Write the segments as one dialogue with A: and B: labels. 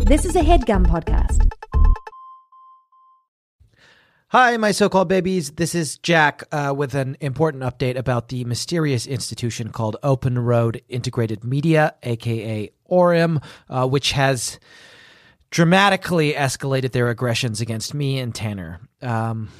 A: This is a headgum podcast.
B: Hi, my so called babies. This is Jack uh, with an important update about the mysterious institution called Open Road Integrated Media, aka ORIM, uh, which has dramatically escalated their aggressions against me and Tanner. Um,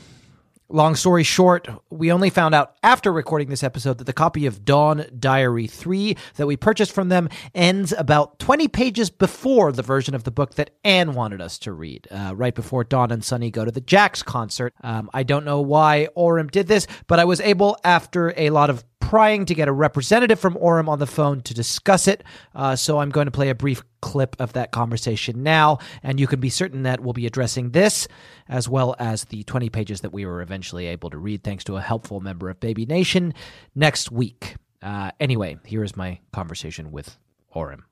B: long story short, we only found out after recording this episode that the copy of Dawn Diary 3 that we purchased from them ends about 20 pages before the version of the book that Anne wanted us to read, uh, right before Dawn and Sunny go to the Jax concert. Um, I don't know why Orem did this, but I was able, after a lot of prying to get a representative from Orem on the phone to discuss it. Uh, so I'm going to play a brief clip of that conversation now, and you can be certain that we'll be addressing this as well as the 20 pages that we were eventually able to read thanks to a helpful member of Baby Nation next week. Uh, anyway, here is my conversation with Orem.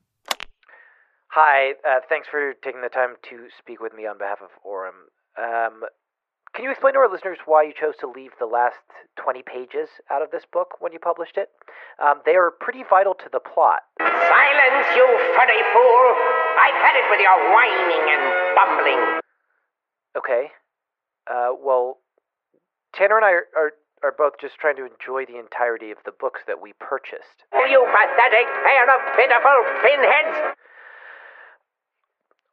B: Hi, uh, thanks for taking the time to speak with me on behalf of Orem. Um, can you explain to our listeners why you chose to leave the last 20 pages out of this book when you published it? Um, they are pretty vital to the plot.
C: Silence, you furry fool! I've had it with your whining and bumbling.
B: Okay. Uh, well, Tanner and I are, are, are both just trying to enjoy the entirety of the books that we purchased.
C: Oh, you pathetic pair of pitiful pinheads!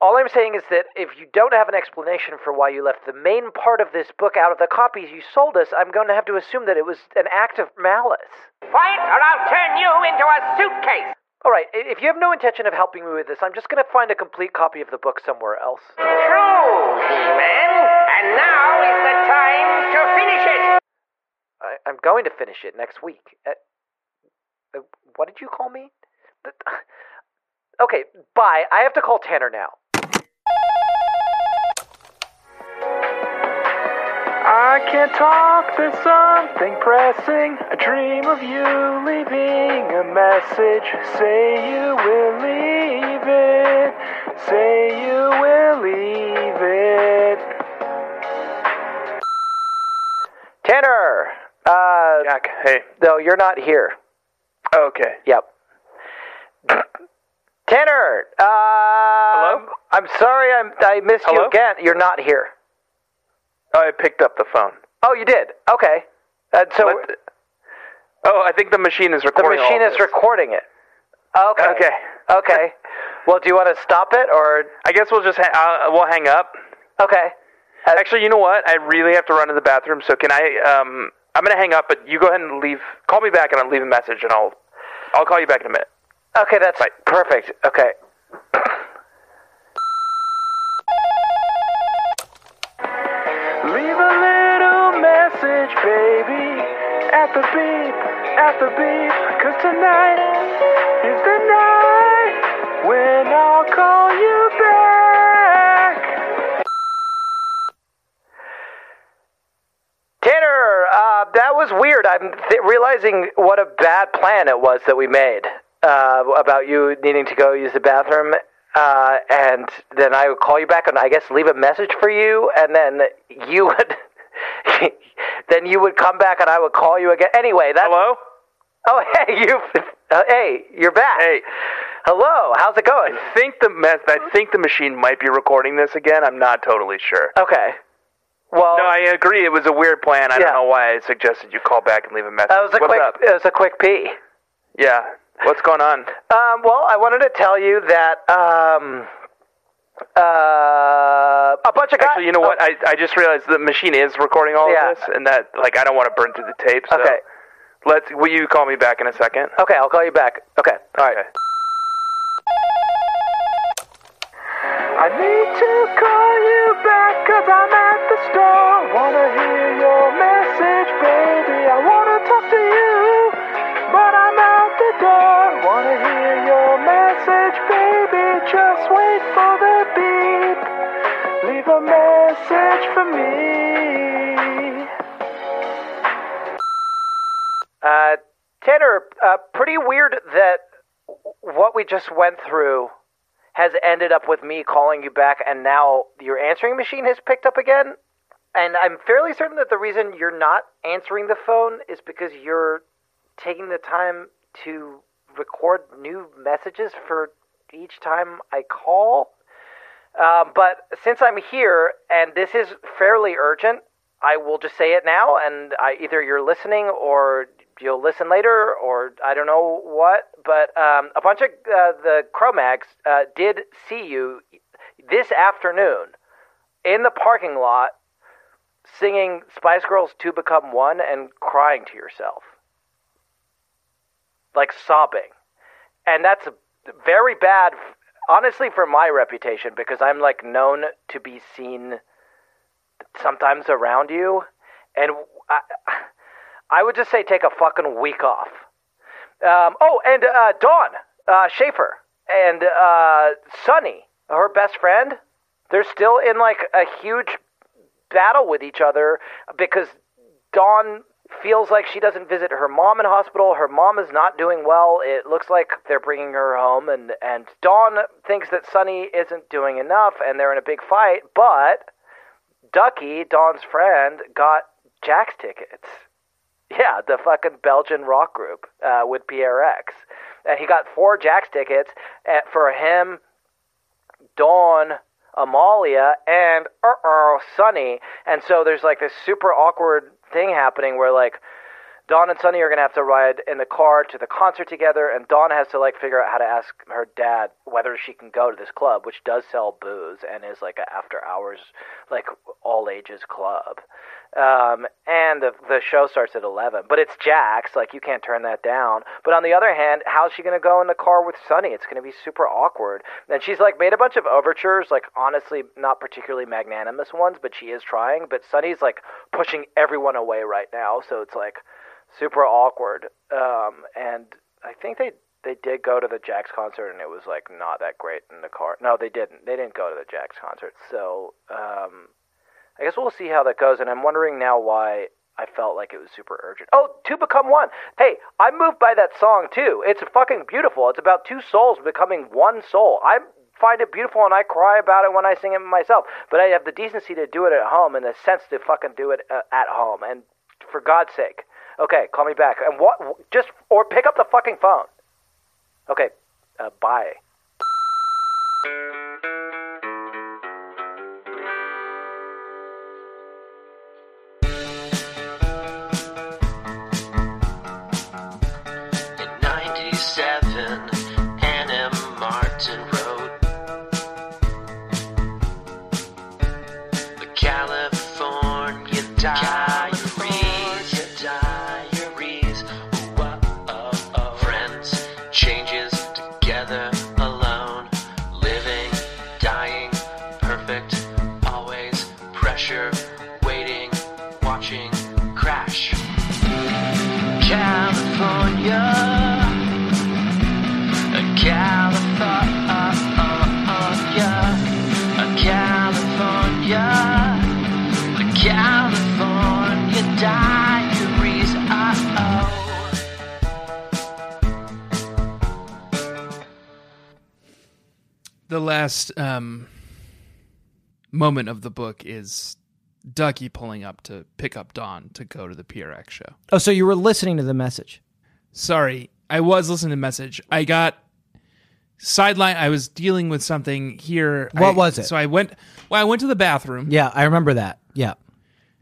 B: All I'm saying is that if you don't have an explanation for why you left the main part of this book out of the copies you sold us, I'm going to have to assume that it was an act of malice.
C: Fight, or I'll turn you into a suitcase!
B: All right, i- if you have no intention of helping me with this, I'm just going to find a complete copy of the book somewhere else.
C: True, He-Man, and now is the time to finish it!
B: I, I'm going to finish it next week. Uh, uh, what did you call me? Th- Okay, bye. I have to call Tanner now.
D: I can't talk, there's something pressing. A dream of you leaving a message. Say you will leave it. Say you will leave it.
B: Tanner! Uh,
D: Jack, hey. Oh,
B: no, you're not here.
D: Okay.
B: Yep. Tanner! Uh, Hello? I'm sorry I'm, I missed you
D: Hello?
B: again. You're not here.
D: I picked up the phone.
B: Oh, you did? Okay. Uh, so
D: Let- oh, I think the machine is
B: the
D: recording. all
B: machine
D: of
B: is
D: this.
B: recording it. Okay.
D: Okay.
B: Okay. well, do you want to stop it or.
D: I guess we'll just ha- uh, we'll hang up.
B: Okay. Uh,
D: Actually, you know what? I really have to run to the bathroom, so can I? Um, I'm gonna hang up, but you go ahead and leave. Call me back, and I'll leave a message, and I'll I'll call you back in a minute.
B: Okay, that's perfect. Okay.
D: Leave a little message, baby. At the beep, at the beep. Cause tonight is the night when I'll call you back.
B: Tanner, uh, that was weird. I'm th- realizing what a bad plan it was that we made uh, about you needing to go use the bathroom. Uh, and then I would call you back and I guess leave a message for you, and then you would. then you would come back and I would call you again. Anyway, that.
D: Hello?
B: Oh, hey, you. Uh, hey, you're back.
D: Hey.
B: Hello, how's it going?
D: I think the mess. I think the machine might be recording this again. I'm not totally sure.
B: Okay. Well.
D: No, I agree. It was a weird plan. I
B: Yeah.
D: don't know why I suggested you call back and leave a message.
B: that was a
D: What's
B: quick.
D: up?
B: It was a quick pee.
D: Yeah. What's going on?
B: Um, well, I wanted to tell you that um, uh, a bunch of guys. oh,
D: Actually, you know what? I, I just realized the machine is recording all
B: Yeah.
D: of this, and that like I don't want to burn through the tape. So
B: Okay.
D: Let's. Will you call me back in a second?
B: Okay, I'll call you back. Okay.
D: All right. I need to call you back because I'm at the store. Wanna hear your message, baby. I wanna talk to you, but I'm out the door. Wanna hear your message, baby. Just wait for the beep. Leave a message for me.
B: Uh, Tanner, uh, pretty weird that what we just went through has ended up with me calling you back, and now your answering machine has picked up again. And I'm fairly certain that the reason you're not answering the phone is because you're taking the time to record new messages for each time I call. Uh,
E: Um, but since I'm here and this is fairly urgent, I will just say it now, and I, either you're listening or you'll listen later, or I don't know what. But um, a bunch of uh, the Cro-Mags uh, did see you this afternoon in the parking lot singing Spice Girls to Become One and crying to yourself. Like sobbing. And that's very bad, honestly, for my reputation because I'm like known to be seen sometimes around you. And I, I would just say take a fucking week off. Um, oh, and uh, Dawn uh, Schaefer and uh, Sunny, her best friend, they're still in like a huge battle with each other because Dawn feels like she doesn't visit her mom in hospital. Her mom is not doing well. It looks like they're bringing her home, and and Dawn thinks that Sunny isn't doing enough, and they're in a big fight. But Ducky, Dawn's friend, got Jack's tickets. Yeah, the fucking Belgian rock group uh, with Pierre X, and he got four Jack's tickets uh, for him, Dawn, Amalia, and uh oh, Sunny. And so there's like this super awkward thing happening where like Dawn and Sunny are gonna have to ride in the car to the concert together, and Dawn has to like figure out how to ask her dad whether she can go to this club, which does sell booze and is like a after hours, like all ages club. Um, and the the show starts at eleven, but it's Jack's, like you can't turn that down. But on the other hand, how's she gonna go in the car with Sunny? It's gonna be super awkward. And she's like made a bunch of overtures, like honestly not particularly magnanimous ones, but she is trying. But Sunny's like pushing everyone away right now, so it's like super awkward. Um, and I think they they did go to the Jax concert, and it was like not that great in the car. No, they didn't. They didn't go to the Jax concert. So um, I guess we'll see how that goes. And I'm wondering now why I felt like it was super urgent. Oh, to become one. Hey, I'm moved by that song too. It's fucking beautiful. It's about two souls becoming one soul. I find it beautiful and I cry about it when I sing it myself. But I have the decency to do it at home and the sense to fucking do it uh, at home. And for God's sake, okay, call me back. And what? Just or pick up the fucking phone. Okay, uh, bye.
F: In 97, Anna Martin wrote The California Diaries. Diaries. Whoa, oh, oh. Friends, changes together, alone, living, dying, perfect, always, pressure, waiting, watching, crash. California. California. California. California Diaries. Oh, oh.
G: the last um, moment of the book is Ducky pulling up to pick up Dawn to go to the PRX show.
B: Oh, so you were listening to the message.
G: Sorry, I was listening to message. I got sideline. I was dealing with something here.
B: What
G: I-
B: was it?
G: So I went. Well, I went to the bathroom.
B: Yeah, I remember that. Yeah.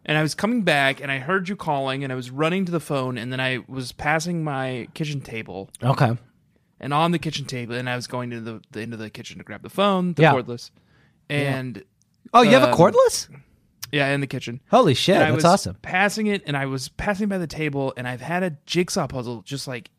G: and I was coming back and I heard you calling and I was running to the phone and then I was passing my kitchen table
B: Okay.
G: and on the kitchen table and I was going to the, the into the kitchen to grab the phone, the
B: Yeah.
G: cordless, and
B: Oh, you have a
G: Um,
B: cordless?
G: yeah, in the kitchen.
B: Holy shit,
G: And I
B: that's
G: was
B: awesome.
G: Passing it and I was passing by the table and I've had a jigsaw puzzle just like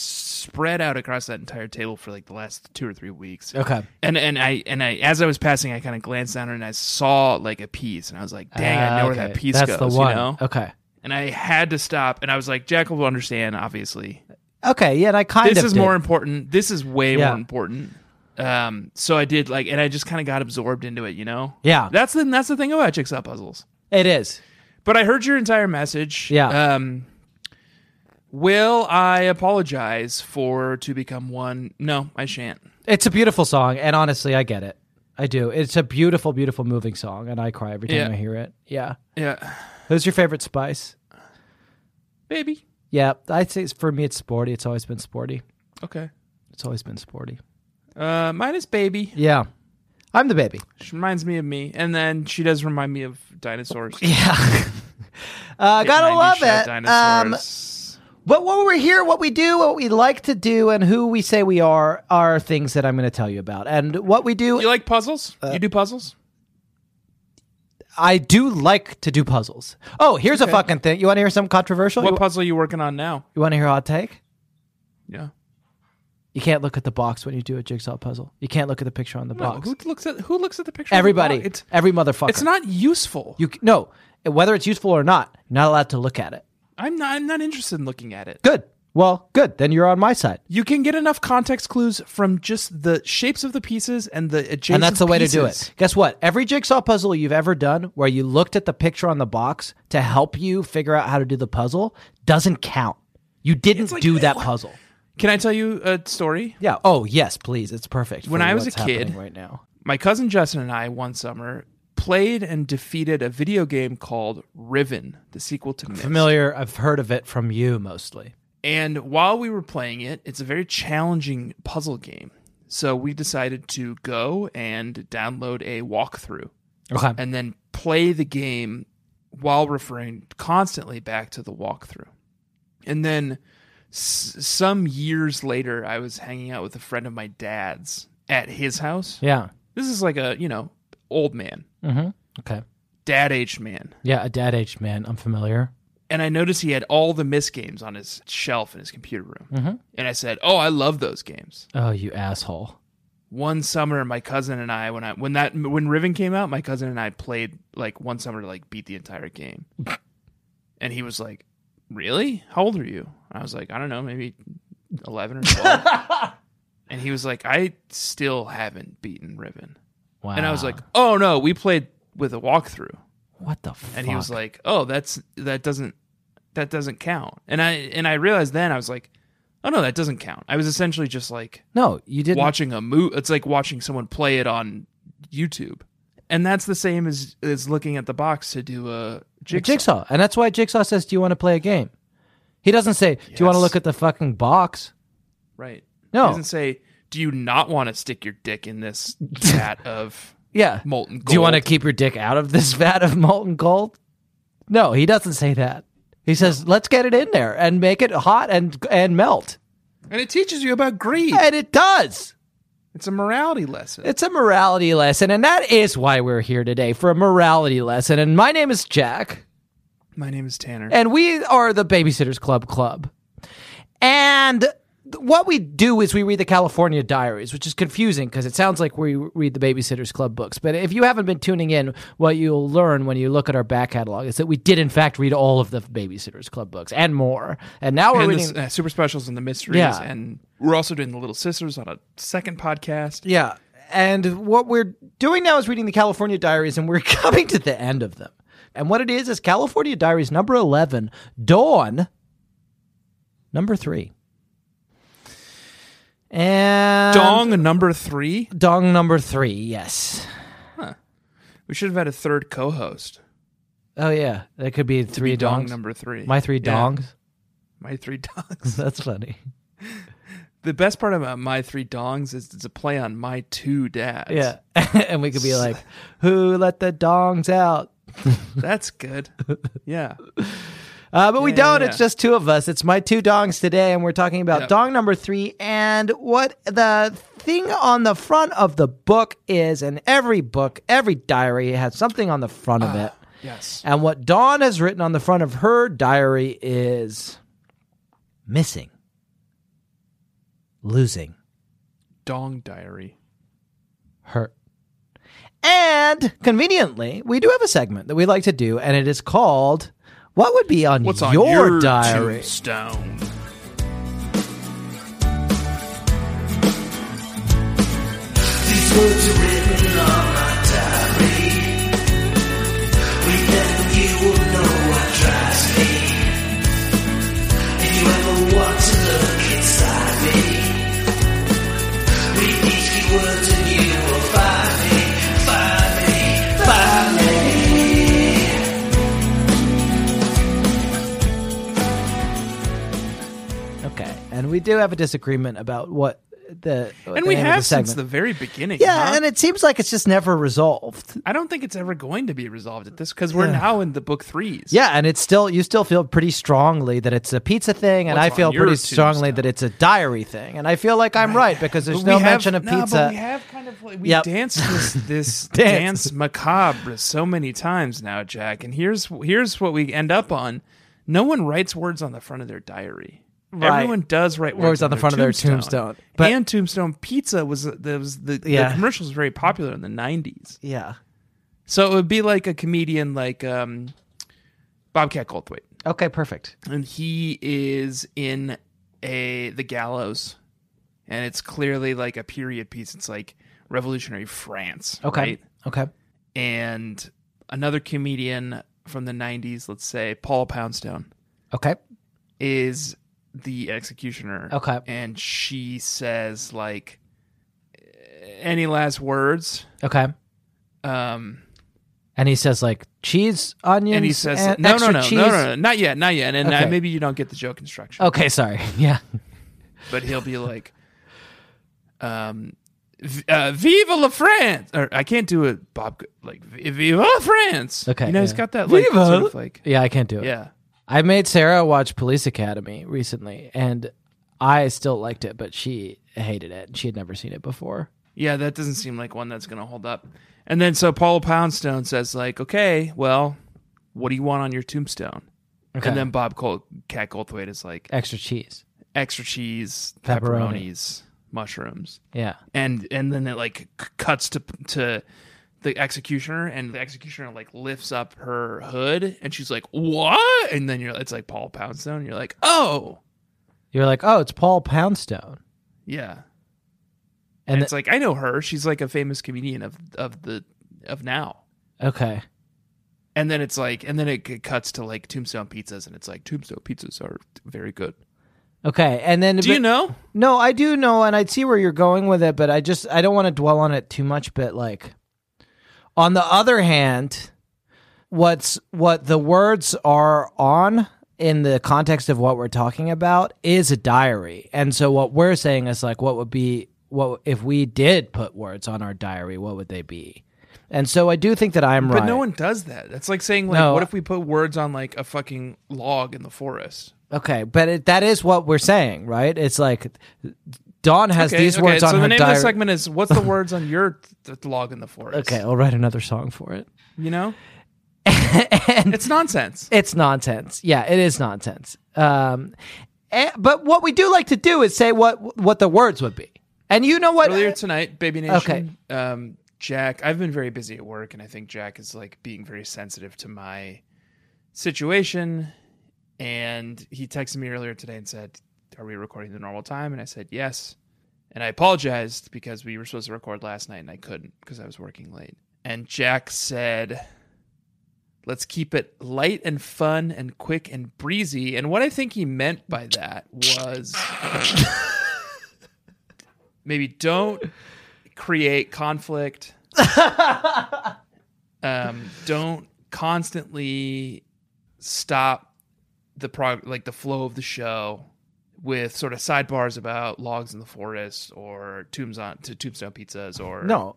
G: spread out across that entire table for like the last two or three weeks.
B: Okay.
G: And and I and I as I was passing I kind of glanced down and I saw like a piece and I was like, dang, I know
B: Ah,
G: where
B: okay.
G: that piece
B: That's
G: goes.
B: the one.
G: You know?
B: Okay.
G: and I had to stop. And I was like, Jack will understand, obviously.
B: Okay, yeah, and I kind
G: this
B: of
G: is
B: did.
G: more important. This is way
B: Yeah.
G: more important. Um, so I did like, and I just kind of got absorbed into it, you know.
B: Yeah.
G: that's the that's the thing about jigsaw puzzles.
B: It is.
G: But I heard your entire message.
B: Yeah.
G: Um, will I apologize for to become one? No, I shan't.
B: It's a beautiful song, and honestly, I get it. I do. It's a beautiful, beautiful, moving song, and I cry every time
G: Yeah.
B: I hear it. Yeah.
G: Yeah,
B: Who's your favorite spice?
G: baby.
B: Yeah, I'd say it's, for me, it's sporty. It's always been sporty.
G: Okay.
B: It's always been sporty.
G: Uh, mine is baby.
B: Yeah. I'm the baby.
G: She reminds me of me, and then she does remind me of dinosaurs.
B: Yeah. uh, gotta
G: 90s
B: love
G: show
B: it. Um,
G: Dinosaurs.
B: but what we're here, what we do, what we like to do, and who we say we are are things that I'm going to tell you about. And what we do,
G: you like puzzles?
B: Uh,
G: you do puzzles?
B: I do like to do puzzles. Oh, here's a fucking thing. You want to hear something controversial?
G: What
B: You-
G: puzzle are you working on now?
B: you want to hear a hot take?
G: Yeah.
B: You can't look at the box when you do a jigsaw puzzle. You can't look at the picture on the
G: No,
B: box.
G: who looks at who looks at the picture? of the
B: Everybody,
G: box? It's
B: every motherfucker.
G: it's not useful.
B: You c- no, whether it's useful or not, not allowed to look at it.
G: I'm not I'm not interested in looking at it.
B: Good. Well, good. Then you're on my side.
G: You can get enough context clues from just the shapes of the pieces and the adjacent
B: and that's the way to do
G: pieces.
B: it. Guess what? Every jigsaw puzzle you've ever done where you looked at the picture on the box to help you figure out how to do the puzzle doesn't count. You didn't
G: like-
B: do that puzzle.
G: Can I tell you a story?
B: Yeah. Oh, yes, please. It's perfect. for
G: When I was
B: what's
G: a kid-
B: happening right now.
G: My cousin Justin and I one summer played and defeated a video game called Riven, the sequel to Myst.
B: Familiar, I've heard of it from you mostly.
G: And while we were playing it, it's a very challenging puzzle game. So we decided to go and download a walkthrough
B: Okay.
G: and then play the game while referring constantly back to the walkthrough. And then s- some years later, I was hanging out with a friend of my dad's at his house.
B: yeah. Mm-hmm.
G: This is like a, you know, old man,
B: Okay.
G: dad aged man.
B: Yeah, a dad aged man. I'm familiar.
G: and I noticed he had all the Miss games on his shelf in his computer room. And I said, "Oh, I love those games."
B: Oh, you asshole.
G: One summer, my cousin and I, when I when that when Riven came out, my cousin and I played like one summer to like beat the entire game. and he was like, "Really? How old are you?" I was like, "I don't know, maybe eleven or 12. and he was like, "I still haven't beaten Riven."
B: Wow.
G: And I was like, "Oh no, we played with a walkthrough."
B: what the fuck?
G: and he was like, "Oh, that's that doesn't that doesn't count." And I and I realized then I was like, "Oh no, that doesn't count." I was essentially just like
B: no, you didn't.
G: watching a movie. It's like watching someone play it on YouTube, and that's the same as as looking at the box to do a
B: A
G: jigsaw.
B: Jigsaw. And that's why Jigsaw says, Do you want to play a game? He doesn't say, Do you want to
G: Yes.
B: look at the fucking box?
G: Right?
B: No.
G: It doesn't say, "Do you not want to stick your dick in this vat of?"
B: Yeah.
G: Molten
B: Do you want to
G: gold.
B: keep your dick out of this vat of molten gold? No, he doesn't say that. He says, Let's get it in there and make it hot and and melt.
G: And it teaches you about greed.
B: And it does.
G: It's a morality lesson.
B: It's a morality lesson, and that is why we're here today for a morality lesson. And my name is Jack.
G: My name is Tanner.
B: and we are the Babysitters Club Club. And th- what we do is we read the California Diaries, which is confusing because it sounds like we read the Babysitters Club books. But if you haven't been tuning in, what you'll learn when you look at our back catalog is that we did, in fact, read all of the Babysitters Club books and more. And now we're
G: and
B: reading.
G: the s- uh, super specials and the mysteries
B: Yeah.
G: and we're also doing the little sisters on a second podcast
B: Yeah. And what we're doing now is reading the California Diaries, and we're coming to the end of them. And what it is is California Diaries number 11, Dawn, number three. And
G: dong number three
B: Dong number three, yes.
G: we should have had a third co-host
B: Oh, yeah. That could be three
G: Be dong
B: dongs.
G: number three
B: My three
G: Yeah,
B: dongs.
G: my three dongs
B: That's funny.
G: the best part about my three dongs is it's a play on my two dads
B: Yeah. and we could be like, who let the dongs out?
G: that's good yeah
B: Uh, but we
G: Yeah,
B: don't.
G: yeah,
B: It's
G: yeah.
B: just two of us. It's my two dongs today, and we're talking about
G: Yeah.
B: dong number three and what the thing on the front of the book is. And every book, every diary has something on the front of it.
G: yes
B: And what Dawn has written on the front of her diary is missing, losing,
G: dong diary
B: hurt. And conveniently, we do have a segment that we like to do, and it is called "What Would Be on,
G: what's
B: your,
G: on your,
B: Diary."
G: tombstone Okay, and we do have a disagreement about what
B: the
G: and we have since
B: segment.
G: the Uh-huh. very beginning.
B: yeah,
G: huh?
B: and it seems like it's just never resolved.
G: I don't think it's ever going to be resolved at this because we're now in the book threes.
B: Yeah, and it's still you still feel pretty strongly that it's a pizza thing, and
G: What's
B: I feel
G: on your
B: pretty strongly
G: tombstone?
B: that it's a diary thing, and I feel like I'm right because
G: But
B: there's
G: we
B: no
G: have-
B: mention of
G: no,
B: pizza.
G: But we have kind of like, we
B: Yep.
G: danced this this
B: Dance.
G: dance. macabre so many times now, Jack. And here's here's what we end up on. No one writes words on the front of their diary.
B: Right.
G: Everyone does write words,
B: Words on the front of their tombstone. But-
G: and tombstone pizza was there was the,
B: Yeah.
G: the commercial was very popular in the '90s.
B: yeah.
G: So it would be like a comedian like um, Bobcat Goldthwait
B: Okay. Perfect.
G: and he is in a the gallows and it's clearly like a period piece it's like revolutionary france
B: Okay.
G: right?
B: Okay.
G: and another comedian from the 90s let's say paul poundstone
B: Okay.
G: is the executioner
B: Okay.
G: and she says like any last words
B: Okay.
G: um
B: And he says like cheese, onions,
G: and he says
B: and
G: no, no
B: extra
G: no
B: cheese.
G: no no no not yet not yet and, uh,
B: eh, Okay.
G: maybe you don't get the joke instruction
B: Okay. Sorry. Yeah.
G: but he'll be like, um, v- uh, "Viva la France!" Or I can't do it, Bob. Like, "V- "Viva la France!"
B: Okay.
G: you know
B: yeah.
G: he's got that like
B: Viva!
G: sort of like,
B: yeah, I can't do it.
G: yeah.
B: I made Sarah watch Police Academy recently, and I still liked it, but she hated it. She had never seen it before.
G: Yeah, that doesn't seem like one that's going to hold up. And then so Paul Poundstone says like, "Okay, well, what do you want on your tombstone?"
B: Okay.
G: And then Bob Col- Cat Goldthwait is like,
B: extra cheese.
G: "Extra cheese,
B: Pepperoni.
G: pepperonis, mushrooms."
B: Yeah.
G: and and then it like c- cuts to to the executioner and the executioner like lifts up her hood and she's like what and then you're it's like paul poundstone and you're like oh
B: You're like, oh, it's Paul Poundstone,
G: yeah and,
B: and
G: it's like i know her she's like a famous comedian of of the of now
B: th- okay,
G: and then it's like and then it c- cuts to like tombstone pizzas and it's like tombstone pizzas are very good
B: okay, and then
G: do you know
B: No, I do know, and I see where you're going with it, but I just I don't want to dwell on it too much. But like, on the other hand, what's what the words are on in the context of what we're talking about is a diary, and so what we're saying is like, what would be what if we did put words on our diary? What would they be? And so I do think that I'm
G: but
B: right.
G: no one does that that's like saying like
B: No.
G: what if we put words on like a fucking log in the forest
B: Okay, but it, that is what we're saying, right? It's like Dawn has
G: Okay,
B: these
G: okay,
B: words
G: so
B: on
G: the
B: her
G: name
B: diary.
G: of the segment is what's the words on your th- log in the forest?
B: Okay, I'll write another song for it.
G: you know
B: and
G: it's nonsense.
B: it's nonsense. Yeah, it is nonsense. Um, eh, but what we do like to do is say what what the words would be. And you know what?
G: Earlier tonight, Baby Nation.
B: Okay.
G: Um, Jack, I've been very busy at work, and I think Jack is like being very sensitive to my situation. And he texted me earlier today and said, "Are we recording the normal time?" And I said, "Yes." And I apologized because we were supposed to record last night and I couldn't because I was working late. And Jack said, Let's keep it light and fun and quick and breezy. And what I think he meant by that was maybe don't create conflict. um, don't constantly stop the prog- like the flow of the show with sort of sidebars about logs in the forest or tombs on to tombstone pizzas or
B: no,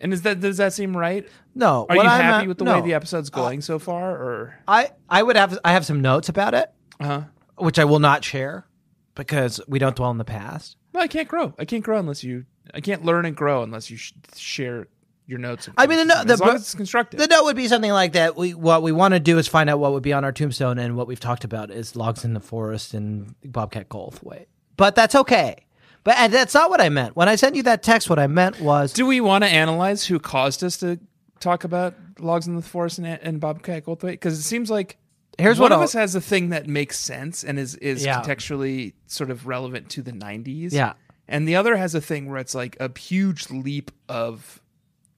G: And is that does that seem right?
B: no.
G: Are
B: What
G: you
B: I'm
G: happy
B: at-
G: with the
B: no. Uh,
G: way the episode's going so far? Or
B: I I would have I have some notes about it,
G: uh-huh.
B: which I will not share because we don't dwell in the past.
G: no, I can't grow. I can't grow unless you. I can't learn and grow unless you sh- share your notes. and
B: I mean, the
G: criticism,
B: no- the
G: as long
B: bro-
G: as it's constructive.
B: The note would be something like that. We what we want to do is find out what would be on our tombstone, and what we've talked about is logs in the forest and Bobcat Goldthwait. But that's okay. But and that's not what I meant when I sent you that text. What I meant was
G: Do we want to analyze who caused us to talk about logs in the forest and, and Bobcat Goldthwait? Because it seems like
B: here's
G: one
B: what
G: of
B: I'll-
G: us has a thing that makes sense and is is
B: Yeah.
G: contextually sort of relevant to the '90s.
B: Yeah.
G: and the other has a thing where it's like a huge leap of,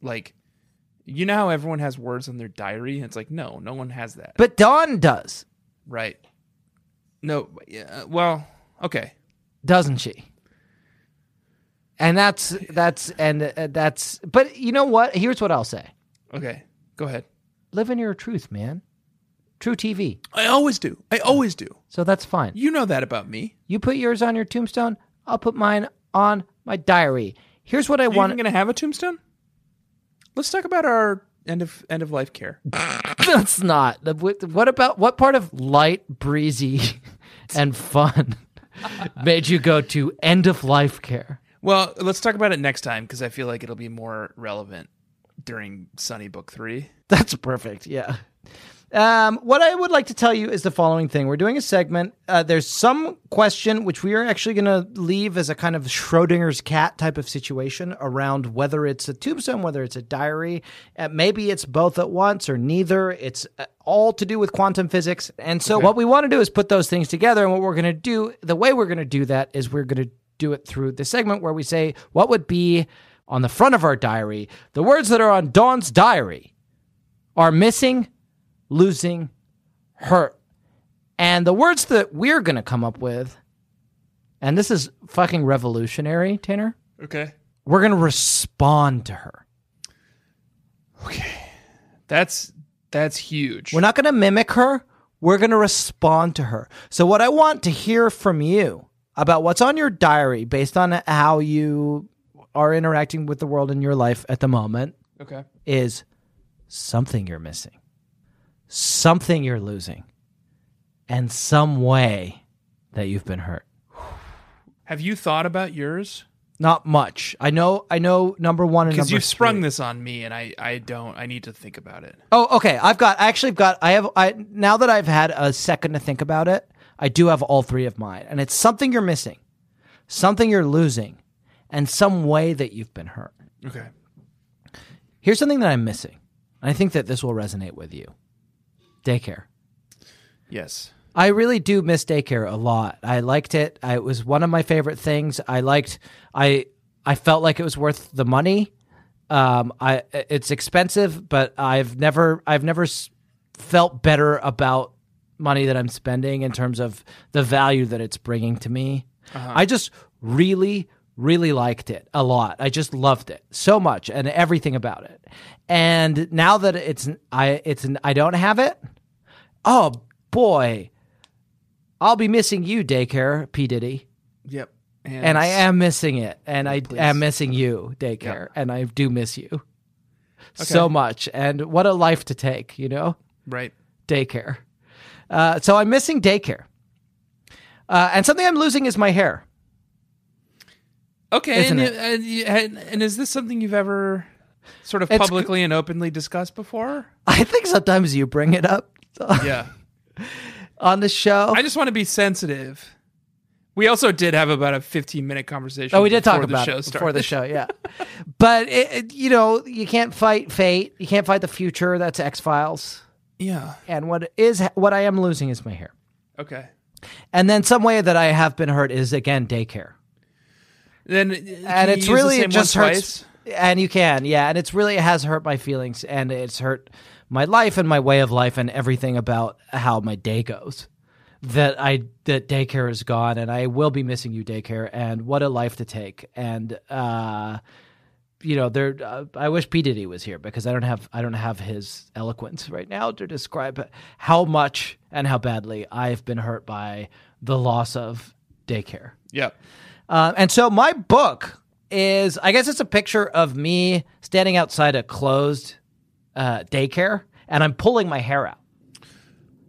G: like, you know how everyone has words on their diary, and it's like, no, no one has that,
B: But Dawn does,
G: right? No, yeah, well, okay,
B: doesn't she? And that's that's and uh, that's. But you know what? Here's what I'll say:
G: okay, go ahead.
B: Live in your truth, man. True TV.
G: I always do. I always do.
B: So that's fine.
G: You know that about me.
B: You put yours on your tombstone. I'll put mine on my diary. Here's what I
G: Are you
B: want.
G: even gonna have a tombstone? Let's talk about our end of end of life care.
B: That's not. The- wh- What about what part of light, breezy, and fun made you go to end of life care?
G: Well, let's talk about it next time because I feel like it'll be more relevant during Sunny Book Three.
B: That's perfect. Yeah. Um, what I would like to tell you is the following thing. We're doing a segment. Uh, there's some question which we are actually going to leave as a kind of Schrodinger's cat type of situation around whether it's a tombstone, whether it's a diary. Uh, maybe it's both at once or neither. It's uh, all to do with quantum physics. And so, what we want to do is put those things together. And what we're going to do, the way we're going to do that is we're going to do it through the segment where we say, what would be on the front of our diary, the words that are on Dawn's diary are missing, losing, hurt. And the words that we're going to come up with, and this is fucking revolutionary, Tanner,
G: Okay.
B: we're going to respond to her.
G: That's that's huge.
B: We're not going to mimic her. We're going to respond to her. So, what I want to hear from you about what's on your diary based on how you are interacting with the world in your life at the moment
G: okay.
B: is something you're missing, something you're losing, and some way that you've been hurt.
G: Have you thought about yours?
B: Not much. I know. I know. Number one and
G: Because
B: number
G: you've sprung
B: three.
G: this on me, and I I don't. I need to think about it.
B: Oh, okay. I've got. I actually have got. I have. I now that I've had a second to think about it, I do have all three of mine, and it's something you're missing, something you're losing, and some way that you've been hurt.
G: Okay.
B: Here's something that I'm missing, and I think that this will resonate with you. Daycare.
G: Yes.
B: I really do miss daycare a lot. I liked it. I, it was one of my favorite things. I liked. I I felt like it was worth the money. Um, I it's expensive, but I've never I've never s- felt better about money that I'm spending in terms of the value that it's bringing to me. I just really really liked it a lot. I just loved it so much and everything about it. And now that it's I it's I don't have it. Oh boy, I'll be missing you, daycare, P Diddy,
G: Yep.
B: and I am missing it, and I
G: Please.
B: am missing you, daycare, and I do miss you so
G: Okay.
B: much. And what a life to take, you know,
G: right.
B: daycare. Uh, so I'm missing daycare, uh, and something I'm losing is my hair.
G: Okay.
B: Isn't
G: And, uh,
B: it?
G: and, and and is this something you've ever sort of
B: It's-
G: publicly and openly discussed before?
B: I think sometimes you bring it up
G: yeah.
B: on the show.
G: I just want to be sensitive. We also did have about a 15 minute conversation.
B: Oh, we did talk
G: before
B: about
G: the show
B: it before the
G: started.
B: show, yeah. but it, it- you know, you can't fight fate. You can't fight the future. That's X Files.
G: Yeah.
B: and what is what I am losing is my hair.
G: Okay.
B: And then some way that I have been hurt is again daycare.
G: Then uh,
B: And it's really it just hurts
G: hurts.
B: and you can, yeah, and it's really it has hurt my feelings and it's hurt my life and my way of life and everything about how my day goes. That I that daycare is gone and I will be missing you daycare and what a life to take and uh you know, there. Uh, I wish P Diddy was here because I don't have I don't have his eloquence right now to describe how much and how badly I've been hurt by the loss of daycare.
G: Yep.
B: Uh, and so my book is, I guess it's a picture of me standing outside a closed uh, daycare, and I'm pulling my hair out.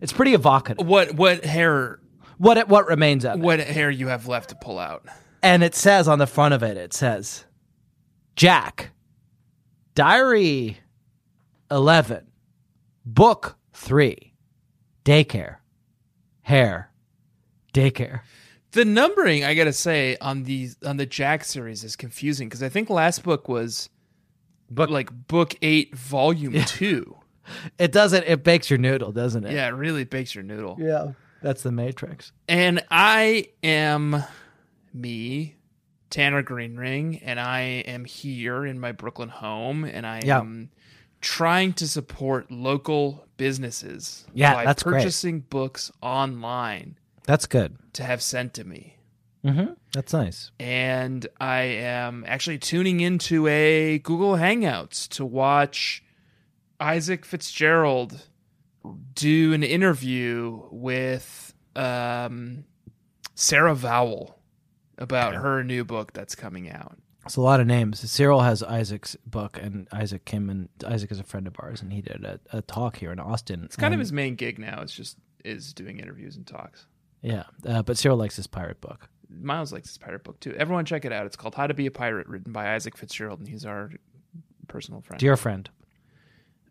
B: It's pretty evocative.
G: What what hair
B: What what remains of it?
G: what hair you have left to pull out?
B: And it says on the front of it, it says, Jack, Diary 11, Book 3, Daycare, Hair, Daycare.
G: The numbering, I gotta say, on the on the Jack series is confusing because I think last book was, but like book eight, volume two.
B: It doesn't, it bakes your noodle, doesn't it?
G: Yeah, it really bakes your noodle.
B: Yeah. That's the Matrix.
G: And I am me, Tanner Greenring, and I am here in my Brooklyn home, and I
B: Yeah.
G: am trying to support local businesses
B: Yeah,
G: by
B: that's great.
G: purchasing books online
B: That's good.
G: to have sent to me.
B: Mm-hmm. That's nice.
G: And I am actually tuning into a Google Hangouts to watch Isaac Fitzgerald do an interview with um, Sarah Vowell about her new book that's coming out.
B: It's a lot of names. Cyril has Isaac's book, and Isaac came and Isaac is a friend of ours, and he did a, a talk here in Austin.
G: It's kind of his main gig now. It's just is doing interviews and talks.
B: yeah, uh, but Cyril likes his pirate book.
G: Miles likes this pirate book too. Everyone check it out. It's called How to Be a Pirate, written by Isaac Fitzgerald, and he's our personal friend.
B: Dear friend,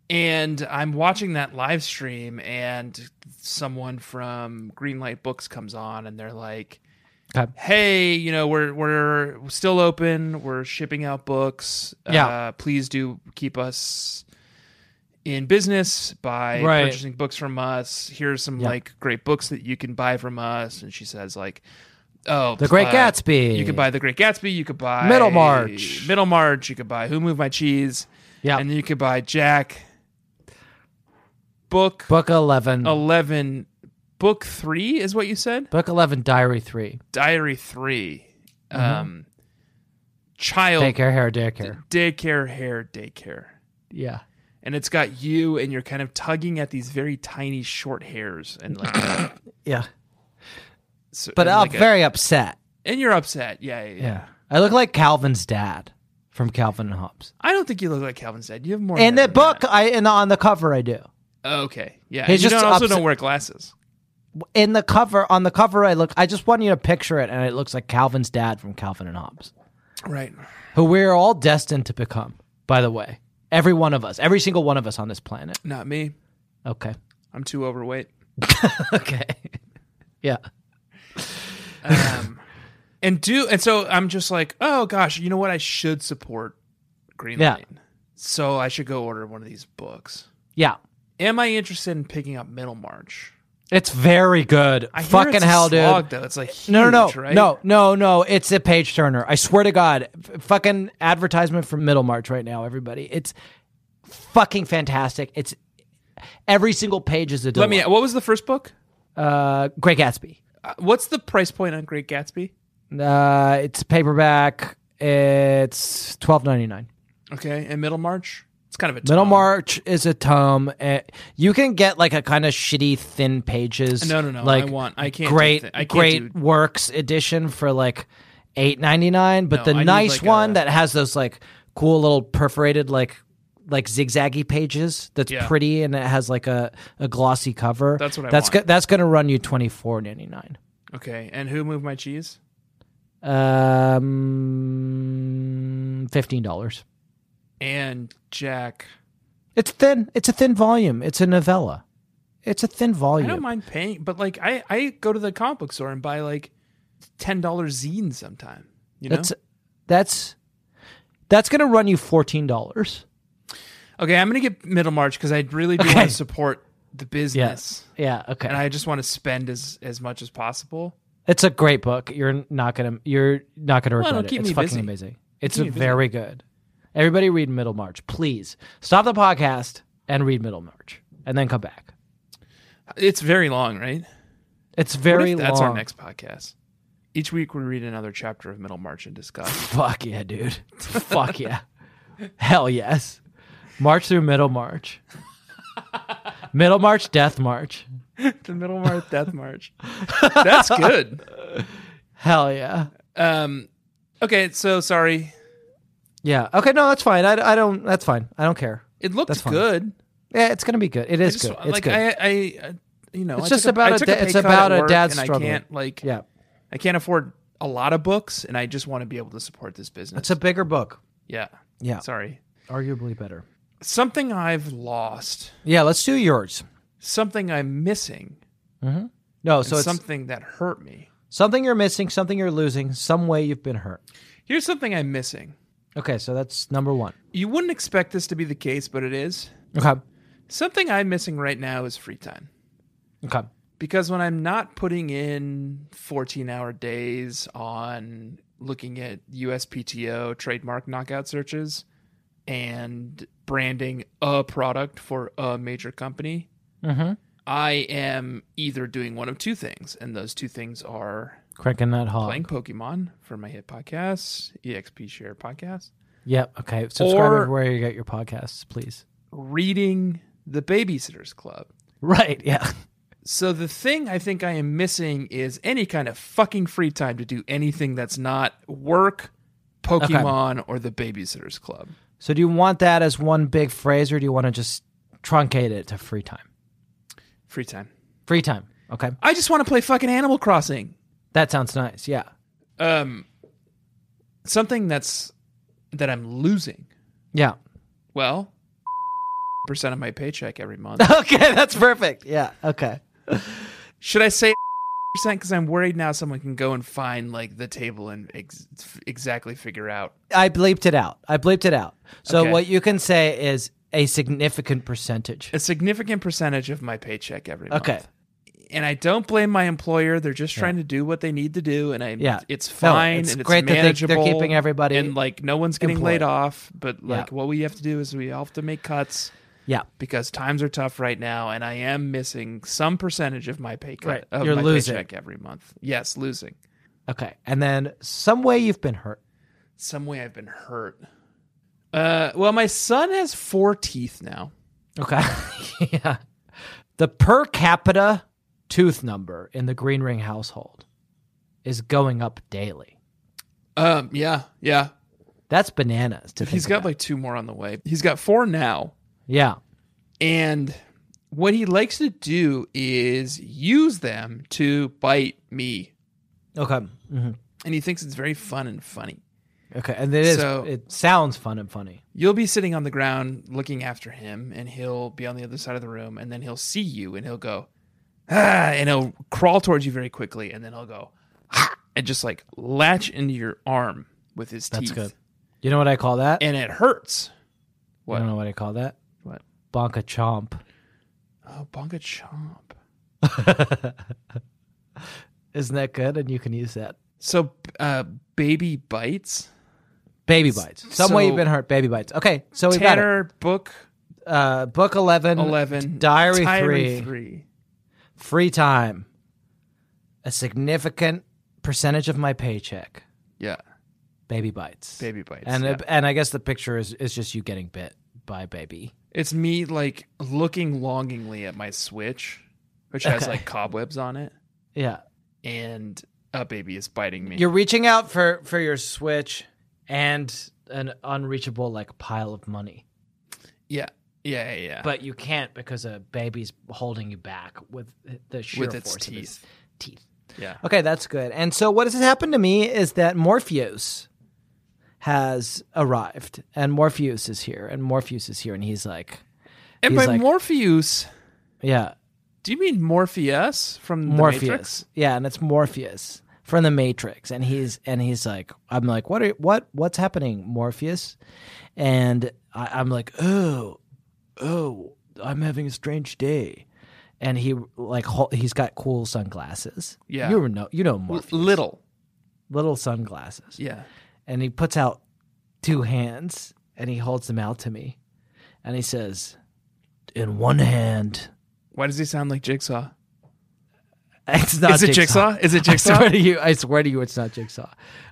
G: and I'm watching that live stream, and someone from Greenlight Books comes on, and they're like,
B: Okay.
G: "Hey, you know, we're we're still open. We're shipping out books.
B: Yeah.
G: uh, please do keep us." In business by
B: Right.
G: purchasing books from us. Here's some
B: Yeah.
G: like great books that you can buy from us. And she says like, oh,
B: The Great
G: uh,
B: Gatsby.
G: You could buy The Great Gatsby. You could buy
B: Middlemarch.
G: Middlemarch. You could buy Who Moved My Cheese.
B: Yeah.
G: and then you could buy Jack. Book
B: book eleven,
G: Oh. eleven, book three is what you said.
B: book eleven, diary three,
G: Diary 3 um, child
B: daycare, hair, daycare.
G: daycare, hair daycare,
B: Yeah,
G: and it's got you, and you're kind of tugging at these very tiny short hairs, and like,
B: yeah,
G: so-
B: but
G: and
B: I'm
G: like a-
B: very upset.
G: and you're upset. Yeah, yeah, yeah,
B: Yeah, I look like Calvin's dad from Calvin and Hobbes.
G: I don't think you look like Calvin said. You have more.
B: In
G: hair
B: the
G: than
B: book,
G: that.
B: I in the, on the cover, I do.
G: okay, yeah.
B: He's
G: you
B: just
G: don't, also
B: upset-
G: don't wear glasses.
B: In the cover, on the cover, I look. I just want you to picture it, and it looks like Calvin's dad from Calvin and Hobbes.
G: Right.
B: who we're all destined to become, by the way. Every one of us, every single one of us on this planet.
G: Not me.
B: Okay.
G: I'm too overweight.
B: Okay. yeah.
G: Um, and do and so I'm just like, oh gosh, you know what? I should support Green
B: Yeah.
G: Lane. So I should go order one of these books.
B: Yeah.
G: Am I interested in picking up Middlemarch?
B: It's very good.
G: I hear
B: Fucking
G: it's a
B: hell, dude.
G: slog, Though it's like huge,
B: no, no, no,
G: right?
B: no, no, no. It's a page turner. I swear to God. F- fucking advertisement from Middlemarch right now, everybody. It's fucking fantastic. It's every single page is a
G: Let
B: delight.
G: me. What was the first book?
B: uh, Great Gatsby.
G: Uh, What's the price point on Great Gatsby?
B: Uh, it's paperback. It's twelve ninety nine.
G: Okay, and Middlemarch. It's kind of a tome.
B: Middlemarch is a tome. eh, you can get like a kind of shitty thin pages.
G: No, no, no, I
B: Like
G: want- I can't do
B: great
G: thi- I can't
B: great
G: do-
B: works edition for like eight ninety nine. But
G: No,
B: the
G: I need,
B: nice
G: like,
B: one
G: a-
B: that has those like cool little perforated like like zigzaggy pages that's
G: Yeah.
B: pretty and it has like a, a glossy cover.
G: That's what I
B: that's
G: want.
B: go- that's gonna run you twenty four ninety nine.
G: Okay, and Who Moved My Cheese?
B: Um fifteen dollars.
G: And Jack.
B: It's thin. It's a thin volume. It's a novella. It's a thin
G: I
B: volume.
G: don't mind paying, but like I, I go to the comic book store and buy like ten dollars zines sometime. You know,
B: That's that's that's going to run you fourteen dollars.
G: Okay, I'm gonna get Middlemarch because I really do
B: Okay.
G: want to support the business,
B: Yeah. Okay.
G: and I just want to spend as as much as possible.
B: it's a great book. You're not gonna you're not gonna
G: Well,
B: regret
G: it'll
B: it.
G: keep
B: It's
G: me
B: fucking
G: busy.
B: amazing. It's
G: keep me busy.
B: very good. Everybody read Middlemarch, please. Stop the podcast and read Middlemarch, and then come back.
G: It's very long, right?
B: It's
G: What if
B: very
G: that's
B: long.
G: our next podcast. Each week we read another chapter of Middlemarch and discuss.
B: Fuck yeah, dude. Fuck yeah. Hell yes. March through Middlemarch. Middlemarch, Death March.
G: the Middlemarch Death March. That's good.
B: Hell yeah.
G: Um, okay, so sorry.
B: Yeah. Okay. No, that's fine. I, I don't. That's fine. I don't care.
G: It looked
B: That's fine.
G: good.
B: Yeah, it's gonna be good. It
G: I
B: is
G: just,
B: good. It's
G: like
B: good.
G: I, I, I- uh, you know,
B: It's
G: I
B: just
G: took
B: about
G: a,
B: a
G: I took
B: da-
G: pay
B: it's
G: cut
B: about
G: at
B: a
G: work
B: dad's
G: and
B: struggle.
G: I can't like,
B: yeah,
G: I can't afford a lot of books, and I just want to be able to support this business.
B: it's a bigger book.
G: yeah,
B: Yeah,
G: sorry.
B: arguably better.
G: something I've lost,
B: Yeah, let's do yours.
G: something I'm missing,
B: No, so
G: and
B: it's
G: something that hurt me.
B: something you're missing, something you're losing, some way you've been hurt.
G: Here's something I'm missing.
B: Okay, so that's number one.
G: You wouldn't expect this to be the case, but it is.
B: Okay,
G: Something I'm missing right now is free time.
B: okay,
G: Because when I'm not putting in 14 hour days on looking at USPTO trademark knockout searches and branding a product for a major company,
B: Mhm.
G: I am either doing one of two things. And those two things are
B: cranking that hog.
G: playing Pokemon for my hit podcast, EXP Share podcast,
B: Yep. Okay, subscribe
G: Or-
B: everywhere you get your podcasts, please.
G: reading The Babysitter's Club,
B: Right. Yeah.
G: So the thing I think I am missing is any kind of fucking free time to do anything that's not work, Pokemon, or the Babysitters Club.
B: So do you want that as one big phrase, or do you want to just truncate it to free time?
G: Free time.
B: Free time. Okay,
G: I just want to play fucking Animal Crossing.
B: that sounds nice. Yeah.
G: Um, something that's that I'm losing.
B: Yeah.
G: Well, percent of my paycheck every month.
B: Okay, that's perfect. Yeah. Okay.
G: Should I say percent? Because I'm worried now someone can go and find like the table and ex- exactly figure out.
B: I bleeped it out. I bleeped it out. So
G: Okay.
B: what you can say is a significant percentage.
G: a significant percentage of my paycheck every month.
B: Okay.
G: And I don't blame my employer. They're just trying to do what they need to do, and I
B: Yeah.
G: it's
B: No,
G: fine
B: it's
G: and it's
B: great that they- they're
G: manageable.
B: keeping everybody
G: and like no one's getting
B: employed.
G: laid off. But like
B: Yeah.
G: what we have to do is we all have to make cuts
B: Yeah.
G: because times are tough right now, and I am missing some percentage of my pay cut
B: Right.
G: of
B: You're
G: my
B: losing.
G: paycheck every month. Yes, losing
B: Okay. And then some way you've been hurt.
G: some way. I've been hurt. Uh, well, my son has four teeth now.
B: Okay. yeah. The per capita tooth number in the Green Ring household is going up daily.
G: Um, yeah, yeah.
B: That's bananas to think
G: He's got
B: about.
G: like two more on the way. He's got four now.
B: Yeah.
G: And what he likes to do is use them to bite me.
B: Okay. hmm
G: And he thinks it's very fun and funny.
B: Okay. And it is
G: So-
B: it sounds fun and funny.
G: You'll be sitting on the ground looking after him, and he'll be on the other side of the room, and then he'll see you and he'll go, ah, and he'll crawl towards you very quickly, and then he'll go, ah, and just like latch into your arm with his
B: That's
G: teeth.
B: good. You know what I call that?
G: And it hurts.
B: I
G: What?
B: don't know what I call that.
G: What?
B: Bonka chomp.
G: Oh, bonga chomp.
B: Isn't that good? And you can use that.
G: So, uh, baby bites.
B: Baby bites. Some way
G: so-
B: you've been hurt. Baby bites. Okay, so Oh, we got it.
G: Tanner book
B: Uh, book eleven,
G: 11
B: diary,
G: Diary
B: three, free time, a significant percentage of my paycheck.
G: yeah
B: Baby bites.
G: Baby bites,
B: And
G: yeah.
B: and I guess the picture is is just you getting bit by a baby.
G: it's me like looking longingly at my switch which has
B: Okay.
G: like cobwebs on it
B: Yeah,
G: and a baby is biting me
B: you're reaching out for for your switch and an unreachable like pile of money,
G: yeah yeah yeah, yeah.
B: but you can't because a baby's holding you back with the sheer
G: with its
B: force of its
G: teeth
B: teeth.
G: yeah
B: Okay, that's good. And so what has happened to me is that Morpheus has arrived and Morpheus is here and Morpheus is here and he's like,
G: and
B: he's
G: by
B: like-
G: morpheus
B: yeah,
G: do you mean morpheus from the
B: Morpheus.
G: Matrix?
B: Yeah, and it's Morpheus from the Matrix and he's and he's like I'm like, "What are what what's happening, Morpheus?" And I, I'm like, "Oh, oh, I'm having a strange day." And he like hol- he's got cool sunglasses.
G: Yeah.
B: you know you know
G: L-
B: Morpheus,
G: little
B: little sunglasses.
G: yeah
B: and he puts out two hands and he holds them out to me and he says in one hand
G: why does he sound like jigsaw
B: it's not
G: Is it Jigsaw? Is it
B: I
G: Jigsaw?
B: swear to you I swear to you it's not jigsaw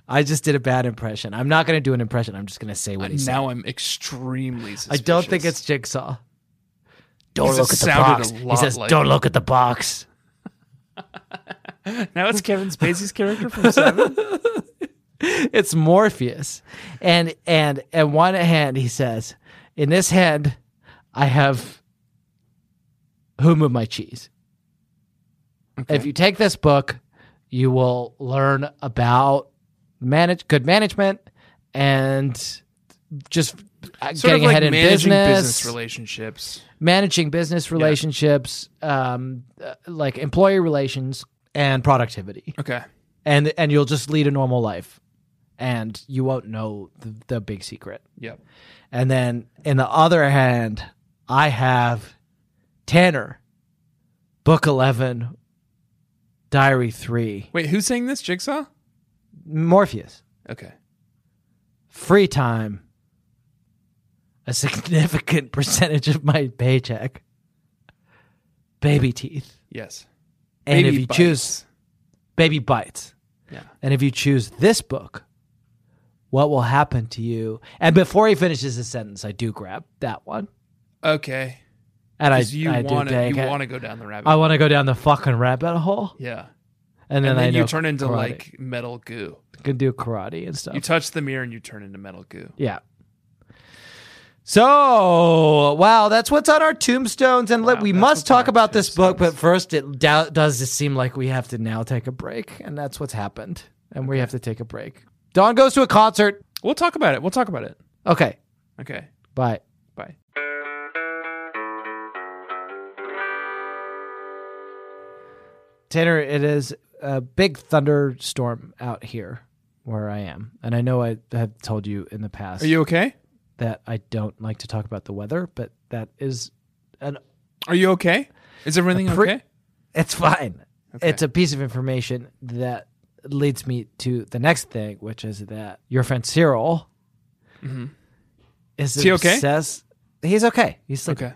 B: I just did a bad impression I'm not going to do an impression I'm just going to say what he said
G: now i'm extremely
B: I
G: suspicious.
B: don't think it's jigsaw don't
G: Because it
B: look at the
G: sounded a
B: box he
G: lot
B: says
G: like
B: don't
G: it.
B: look at the box
G: now it's kevin spacey's character from seven
B: it's Morpheus. And and and one hand he says, in this hand I have whom of my cheese. If you take this book, you will learn about manage good management and just uh,
G: sort
B: getting
G: of like
B: ahead in
G: managing
B: business,
G: business relationships
B: managing business relationships, um, uh, like employee relations and productivity
G: okay
B: and and you'll just lead a normal life and you won't know the, the big secret
G: yep
B: and then in the other hand i have tanner book 11 diary 3
G: Wait, who's saying this? Jigsaw?
B: morpheus
G: Okay.
B: free time a significant percentage of my paycheck baby teeth
G: Yes.
B: and
G: Baby
B: if you
G: bites.
B: choose baby bites
G: Yeah.
B: And if you choose this book, what will happen to you? And before he finishes his sentence, I do grab that one.
G: Okay.
B: and I,
G: Because you
B: I
G: want
B: do
G: to
B: take
G: you
B: it.
G: want to go down the rabbit.
B: I want to go down the fucking rabbit hole,
G: yeah,
B: and then,
G: and then
B: I know
G: you turn into
B: karate. Oh.
G: like metal goo.
B: can do karate and stuff.
G: You touch the mirror and you turn into metal goo.
B: yeah. So wow, that's what's on our tombstones, and let,
G: Wow,
B: we
G: that's
B: must
G: what's on
B: talk
G: our
B: about this book. But
G: tombstones.
B: first, it dou- does it seem like we have to now take a break, and that's what's happened, and we have to take a break. Dawn goes to a concert.
G: We'll talk about it. We'll talk about it.
B: Okay,
G: Okay,
B: bye.
G: bye.
B: Tanner, it is a big thunderstorm out here where I am. And I know I have told you in the past
G: Are you okay?
B: that I don't like to talk about the weather, but that is an
G: Are you okay? Is everything
B: pre-
G: okay?
B: it's fine.
G: Okay.
B: It's a piece of information that leads me to the next thing, which is that your friend Cyril is,
G: Mm-hmm. Is he okay?
B: obsessed. He's okay. He's like,
G: Okay.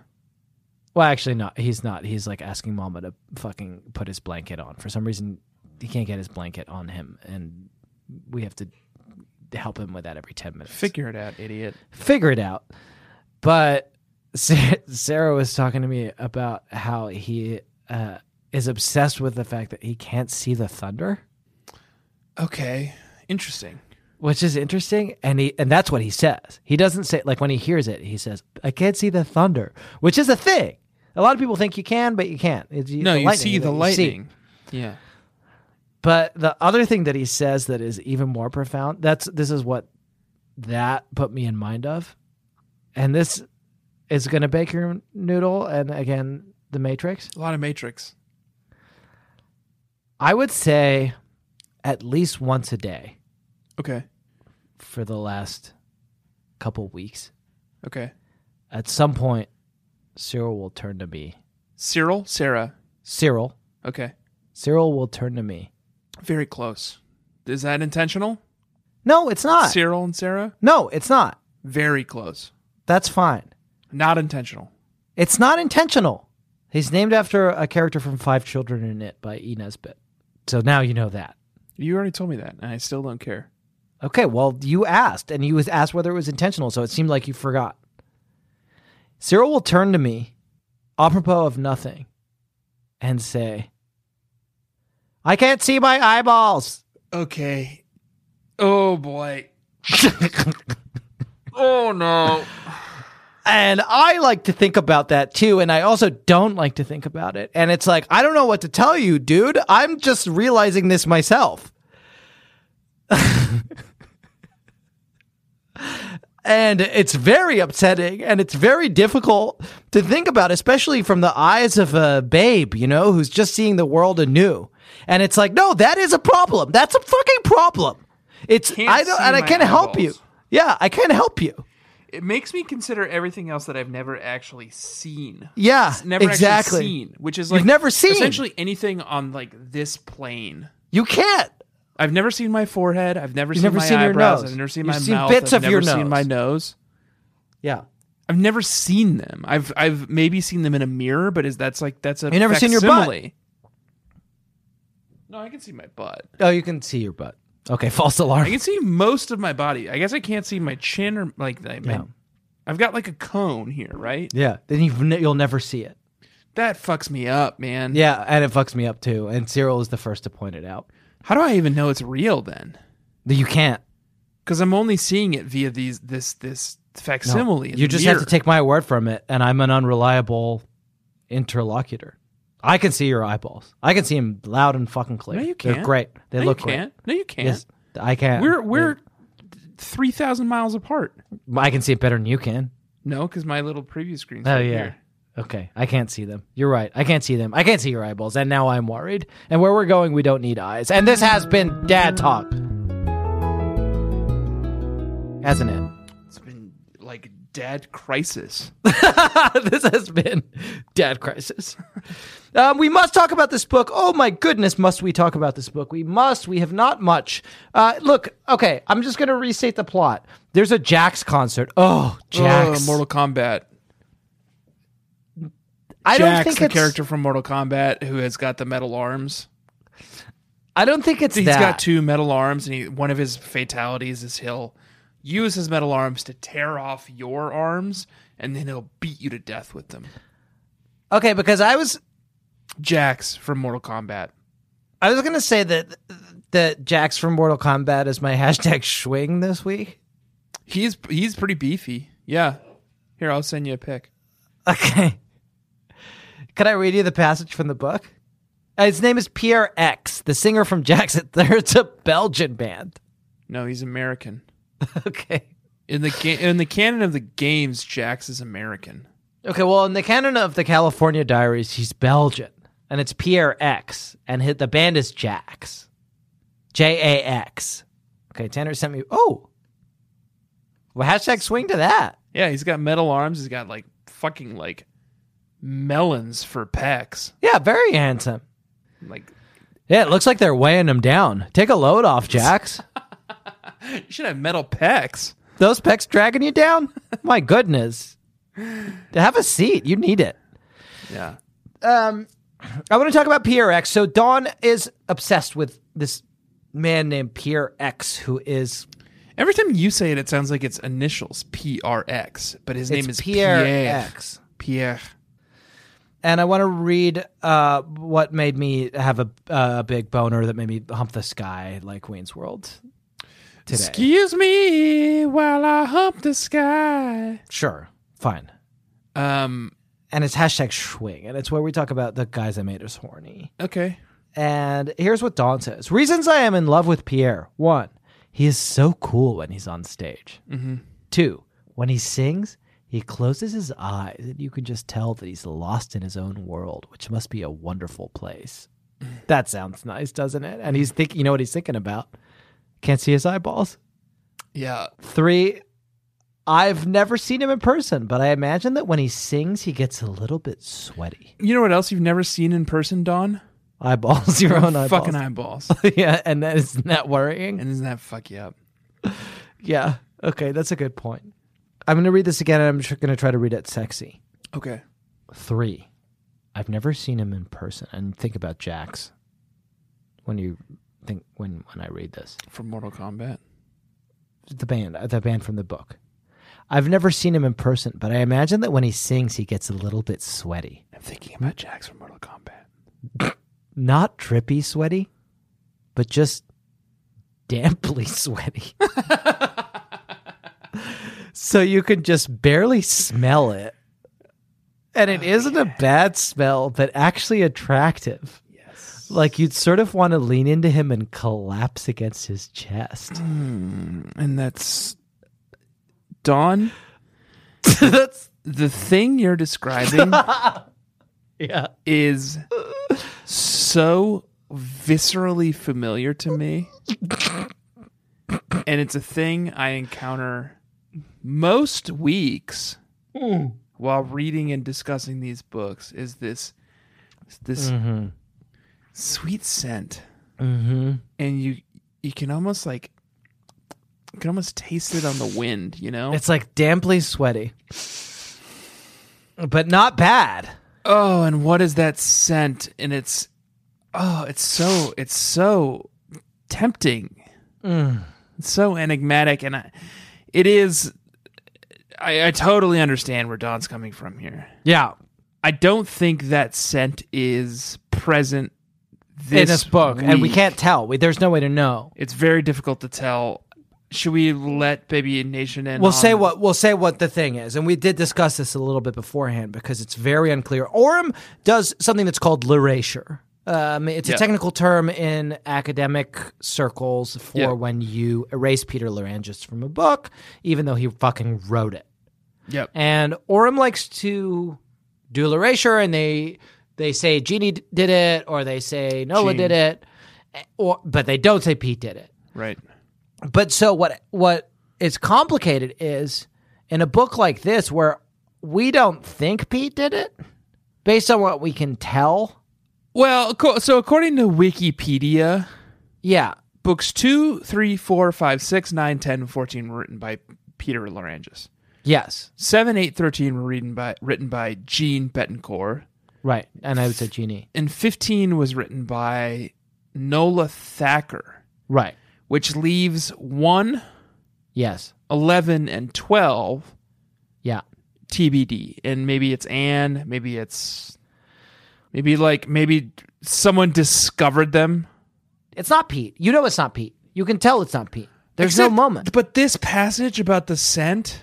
B: well, actually, not. He's not. He's like asking Mama to fucking put his blanket on. For some reason, he can't get his blanket on him, and we have to help him with that every ten minutes.
G: Figure it out, idiot.
B: Figure it out. But Sa- Sarah was talking to me about how he uh, is obsessed with the fact that he can't see the thunder,
G: Okay. Interesting.
B: which is interesting. And he and that's what he says. He doesn't say like when he hears it, he says, "I can't see the thunder," which is a thing. A lot of people think you can, but you can't. It's,
G: no,
B: the
G: you
B: lightning
G: see
B: that
G: the
B: you see.
G: lightning. Yeah.
B: But the other thing that he says that is even more profound, that's this is what that put me in mind of. And this is gonna bake your noodle and again the matrix.
G: A lot of Matrix.
B: I would say at least once a day
G: Okay.
B: for the last couple weeks.
G: Okay.
B: At some point, Cyril will turn to me.
G: Cyril, Sarah.
B: Cyril.
G: Okay.
B: Cyril will turn to me.
G: Very close. Is that intentional?
B: No, it's not.
G: Cyril and Sarah?
B: no, it's not.
G: Very close.
B: That's fine.
G: Not intentional.
B: It's not intentional. He's named after a character from Five Children in It by E. Nesbitt. So now you know that.
G: You already told me that, and I still don't care.
B: Okay, well, you asked, and you was asked whether it was intentional, so it seemed like you forgot. Cyril will turn to me, apropos of nothing, and say, I can't see my eyeballs.
G: Okay. Oh boy. oh no.
B: And I like to think about that too. And I also don't like to think about it. And it's like, I don't know what to tell you, dude. I'm just realizing this myself. and it's very upsetting and it's very difficult to think about, especially from the eyes of a babe, you know, who's just seeing the world anew. And it's like, no, that is a problem. That's a fucking problem. It's,
G: Can't
B: I don't,
G: see
B: and I
G: my
B: can't help you.
G: eyeballs.
B: Yeah, I can't help you.
G: It makes me consider everything else that I've never actually seen.
B: Yeah,
G: Never
B: exactly.
G: actually seen, which is
B: You've
G: like
B: never seen.
G: essentially anything on like this plane.
B: You can't.
G: I've never seen my forehead. I've never
B: You've
G: seen
B: never
G: my
B: seen your
G: eyebrows.
B: nose.
G: I've never seen
B: You've
G: my
B: seen
G: mouth.
B: bits
G: I've
B: of your
G: never
B: nose.
G: seen my nose.
B: Yeah.
G: I've never seen them. I've I've maybe seen them in a mirror, but is that's like that's a
B: You've never seen your butt.
G: facsimile. No, I can see my butt.
B: Oh, you can see your butt. Okay, false
G: I
B: alarm.
G: can see most of my body. I guess I can't see my chin or like my, my-
B: Yeah.
G: I've got like a cone here, right?
B: Yeah. Then you've ne- you'll never see it.
G: That fucks me up, man.
B: Yeah, and it fucks me up too. And Cyril is the first to point it out.
G: How do I even know it's real then?
B: That You can't.
G: Because I'm only seeing it via these this this
B: No.
G: facsimile. in
B: You
G: the
B: just have
G: mirror.
B: to take my word from it, and I'm an unreliable interlocutor. I can see your eyeballs. I can see them loud and fucking clear.
G: No, you
B: They're
G: can't.
B: great. They
G: No,
B: look
G: you
B: great.
G: can't. No, you can't.
B: Yes, I can.
G: We're we're three thousand miles apart.
B: I can see it better than you can.
G: No, because my little preview screen's
B: Oh
G: right
B: yeah.
G: here.
B: Okay, I can't see them. You're right. I can't see them. I can't see your eyeballs, and now I'm worried. And where we're going, we don't need eyes. And this has been Dad Talk, hasn't it?
G: It's been like dad crisis.
B: this has been Dad Crisis. Um, we must talk about this book. Oh my goodness, must we talk about this book? We must. We have not much. Uh, look, okay, I'm just going to restate the plot. There's a Jax concert. Oh, Jax.
G: Oh, Mortal Kombat.
B: I don't
G: Jax,
B: think
G: the
B: it's,
G: character from Mortal Kombat who has got the metal arms.
B: I don't think it's
G: He's
B: that.
G: got two metal arms, and he, one of his fatalities is he'll use his metal arms to tear off your arms, and then he'll beat you to death with them.
B: Okay, because I was
G: Jax from Mortal Kombat.
B: I was gonna say that that Jax from Mortal Kombat is my hashtag swing this week.
G: He's he's pretty beefy. Yeah. Here, I'll send you a pic.
B: Okay. Can I read you the passage from the book? Uh, His name is Pierre X, the singer from Jackson. It's a Belgian band.
G: No, he's American.
B: Okay.
G: In the ga- in the canon of the games, Jax is American.
B: Okay, well, in the canon of the California Diaries, he's Belgian, and it's Pierre X, and hit the band is Jax, J A X. Okay, Tanner sent me. Oh, well, hashtag swing to that.
G: Yeah, he's got metal arms. He's got like fucking like melons for pecs.
B: Yeah, very handsome.
G: Like
B: Yeah, it looks like they're weighing him down. Take a load off, Jax.
G: you should have metal pecs.
B: Those pecs dragging you down? My goodness. Have a seat. You need it. Um,
G: Yeah.
B: I want to talk about Pierre X. So Dawn is obsessed with this man named Pierre X, who is
G: Every time you say it, it sounds like it's initials P R X, but his name
B: It's
G: is
B: Pierre
G: Pierre,
B: X.
G: Pierre.
B: and I want to read uh, what made me have a, a big boner that made me hump the sky like Wayne's World today.
G: Excuse me while I hump the sky.
B: Sure, fine.
G: Um.
B: And it's hashtag swing, and it's where we talk about the guys that made us horny.
G: Okay.
B: And here's what Dawn says Reasons I am in love with Pierre. One, he is so cool when he's on stage. Mm-hmm. Two, when he sings, he closes his eyes and you can just tell that he's lost in his own world, which must be a wonderful place. That sounds nice, doesn't it? And he's thinking, you know what he's thinking about? Can't see his eyeballs.
G: Yeah.
B: Three, I've never seen him in person, but I imagine that when he sings, he gets a little bit sweaty.
G: You know what else you've never seen in person, Don?
B: Eyeballs, your own eyeballs.
G: Fucking eyeballs.
B: yeah, and that is not worrying.
G: and doesn't that fuck you up?
B: Yeah. Okay, that's a good point. I'm going to read this again and I'm just going to try to read it sexy.
G: Okay.
B: Three. I've never seen him in person. And think about Jax when you think when when I read this.
G: From Mortal Kombat.
B: The band, uh, the band from the book. I've never seen him in person, but I imagine that when he sings, he gets a little bit sweaty.
G: I'm thinking about Jax from Mortal Kombat.
B: Not trippy sweaty, but just damply sweaty. so you can just barely smell it. And it not a bad smell, but actually attractive. Yes. Like you'd sort of want to lean into him and collapse against his chest.
G: And that's Don.
B: That's
G: The thing you're describing
B: yeah.
G: is so viscerally familiar to me. And it's a thing I encounter most weeks while reading and discussing these books is this this sweet scent. And you you can almost like you can almost taste it on the wind, you know?
B: It's like damply sweaty. But not bad.
G: Oh, and what is that scent? And it's oh, it's so it's so tempting.
B: Mm.
G: It's so enigmatic and I, it is I, I totally understand where Don's coming from here.
B: Yeah.
G: I don't think that scent is present this
B: in this book. And we
G: week.
B: can't tell. We, there's no way to know.
G: it's very difficult to tell. Should we let Baby Nation in?
B: We'll
G: on
B: say
G: this?
B: what we'll say what the thing is, and we did discuss this a little bit beforehand because it's very unclear. Orem does something that's called lerasure. Um, it's a
G: Yeah.
B: technical term in academic circles for
G: Yeah.
B: when you erase Peter Larangis from a book, even though he fucking wrote it.
G: Yep.
B: And Orem likes to do erasure, and they they say Genie d- did it, or they say Nola
G: Gene.
B: did it, or but they don't say Pete did it
G: right.
B: but so what what is complicated is in a book like this where we don't think Pete did it based on what we can tell.
G: Well, co- so according to Wikipedia,
B: Yeah.
G: Books 2, 3, 4, 5, 6, 9, 10, and 14 were written by Peter Larangis.
B: Yes.
G: 7, 8, 13 were written by, written by Gene Betancourt.
B: Right. And I would say Genie.
G: And 15 was written by Nola Thacker,
B: Right.
G: which leaves 1,
B: Yes.
G: 11, and 12
B: Yeah.
G: TBD. And maybe it's Anne, maybe it's maybe like maybe someone discovered them.
B: It's not Pete. You know it's not Pete. You can tell it's not Pete. There's
G: Except-
B: no moment.
G: But this passage about the scent,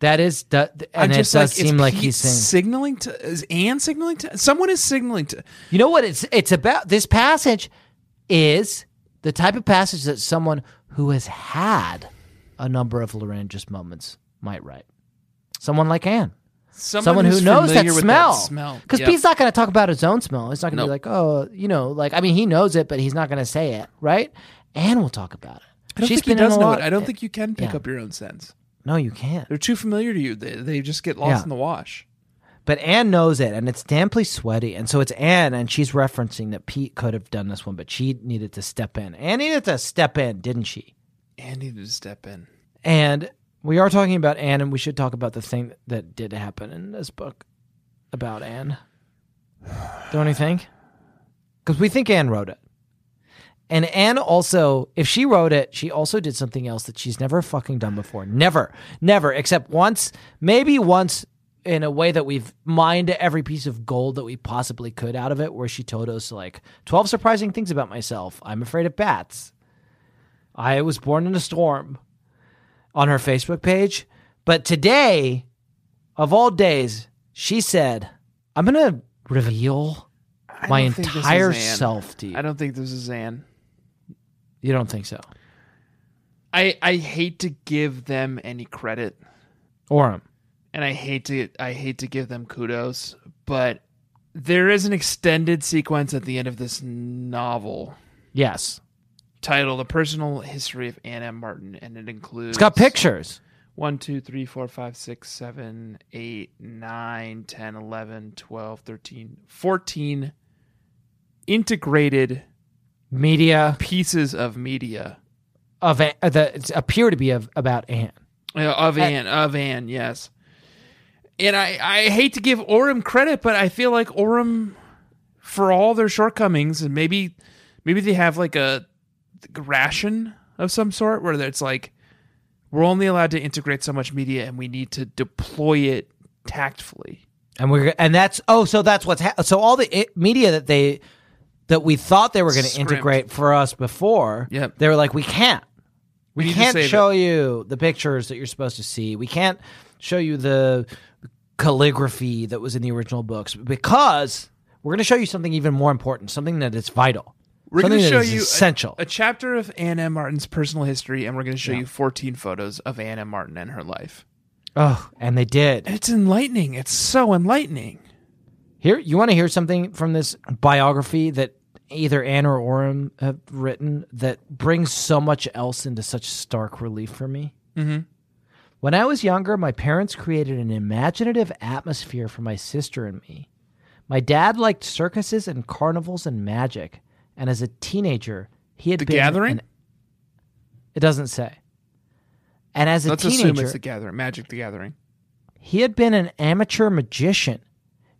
B: That is, the, and
G: I'm
B: it
G: just
B: does
G: like, is
B: seem like
G: Pete
B: he's saying.
G: signaling to is Anne signaling to someone is signaling to
B: You know what? It's it's about this passage is the type of passage that someone who has had a number of laryngeous moments might write. Someone like Anne. someone,
G: who's
B: who knows that
G: familiar with
B: smell.
G: smell.
B: Because
G: Yeah.
B: Pete's not going to talk about his own smell. He's not going to
G: Nope.
B: be like, oh, you know, like I mean, he knows it, but he's not going to say it, right? Anne will talk about it.
G: I don't
B: She's
G: think he
B: been in
G: does
B: a
G: know
B: lot-
G: it. I don't think you can pick
B: Yeah.
G: up your own sense.
B: No, you can't.
G: They're too familiar to you. They, they just get lost
B: Yeah.
G: in the wash.
B: But Anne knows it, and it's damply sweaty, and so it's Anne, and she's referencing that Pete could have done this one, but she needed to step in. Anne needed to step in, didn't she?
G: Anne needed to step in.
B: And we are talking about Anne, and we should talk about the thing that did happen in this book about Anne. Don't you think? Because we think Anne wrote it. And Anne also, if she wrote it, she also did something else that she's never fucking done before. Never, never, except once, maybe once in a way that we've mined every piece of gold that we possibly could out of it, where she told us, like, 12 surprising things about myself. I'm afraid of bats. I was born in a storm on her Facebook page. But today, of all days, she said, I'm going to reveal
G: I
B: my
G: don't think this is
B: entire
G: Anne.
B: self to you.
G: I don't think this is Anne.
B: you don't think so?
G: I, I hate to give them any credit,
B: Orem.
G: and I hate to I hate to give them kudos, but there is an extended sequence at the end of this novel
B: Yes.
G: titled "The Personal History of Anna Martin," and it includes
B: It's got pictures.
G: one, two, three, four, five, six, seven, eight, nine, 10, 11, 12, 13, 14 integrated
B: Media
G: pieces of media
B: of A- uh, the it's appear to be of, about Anne.
G: Uh, of Anne, of Anne, yes. And I, I hate to give Orem credit, but I feel like Orem, for all their shortcomings, and maybe, maybe they have like a ration of some sort where it's like we're only allowed to integrate so much media, and we need to deploy it tactfully.
B: And we're and that's oh so that's what's ha- so all the i media that they that we thought they were going to
G: Script.
B: integrate for us before
G: Yep.
B: they were like we can't
G: We,
B: We
G: need
B: can't
G: to save
B: show
G: it.
B: you the pictures that you're supposed to see. We can't show you the calligraphy that was in the original books because we're going to show you something even more important, something that is vital.
G: We're
B: something
G: going to
B: that
G: show
B: is
G: you a-
B: essential.
G: A, chapter of Anna Martin's personal history, and we're going to show you 14 photos of Anna Martin and her life.
B: oh, and they did.
G: It's enlightening. It's so enlightening.
B: Here, you want to hear something from this biography that either Anne or Orem have written that brings so much else into such stark relief for me.
G: Mm-hmm.
B: When I was younger, my parents created an imaginative atmosphere for my sister and me. My dad liked circuses and carnivals and magic, and as a teenager, he had
G: The
B: been
G: Gathering?
B: an- it doesn't say. And as a
G: Let's assume
B: teenager,
G: it's the Gathering, Magic the Gathering.
B: he had been an amateur magician.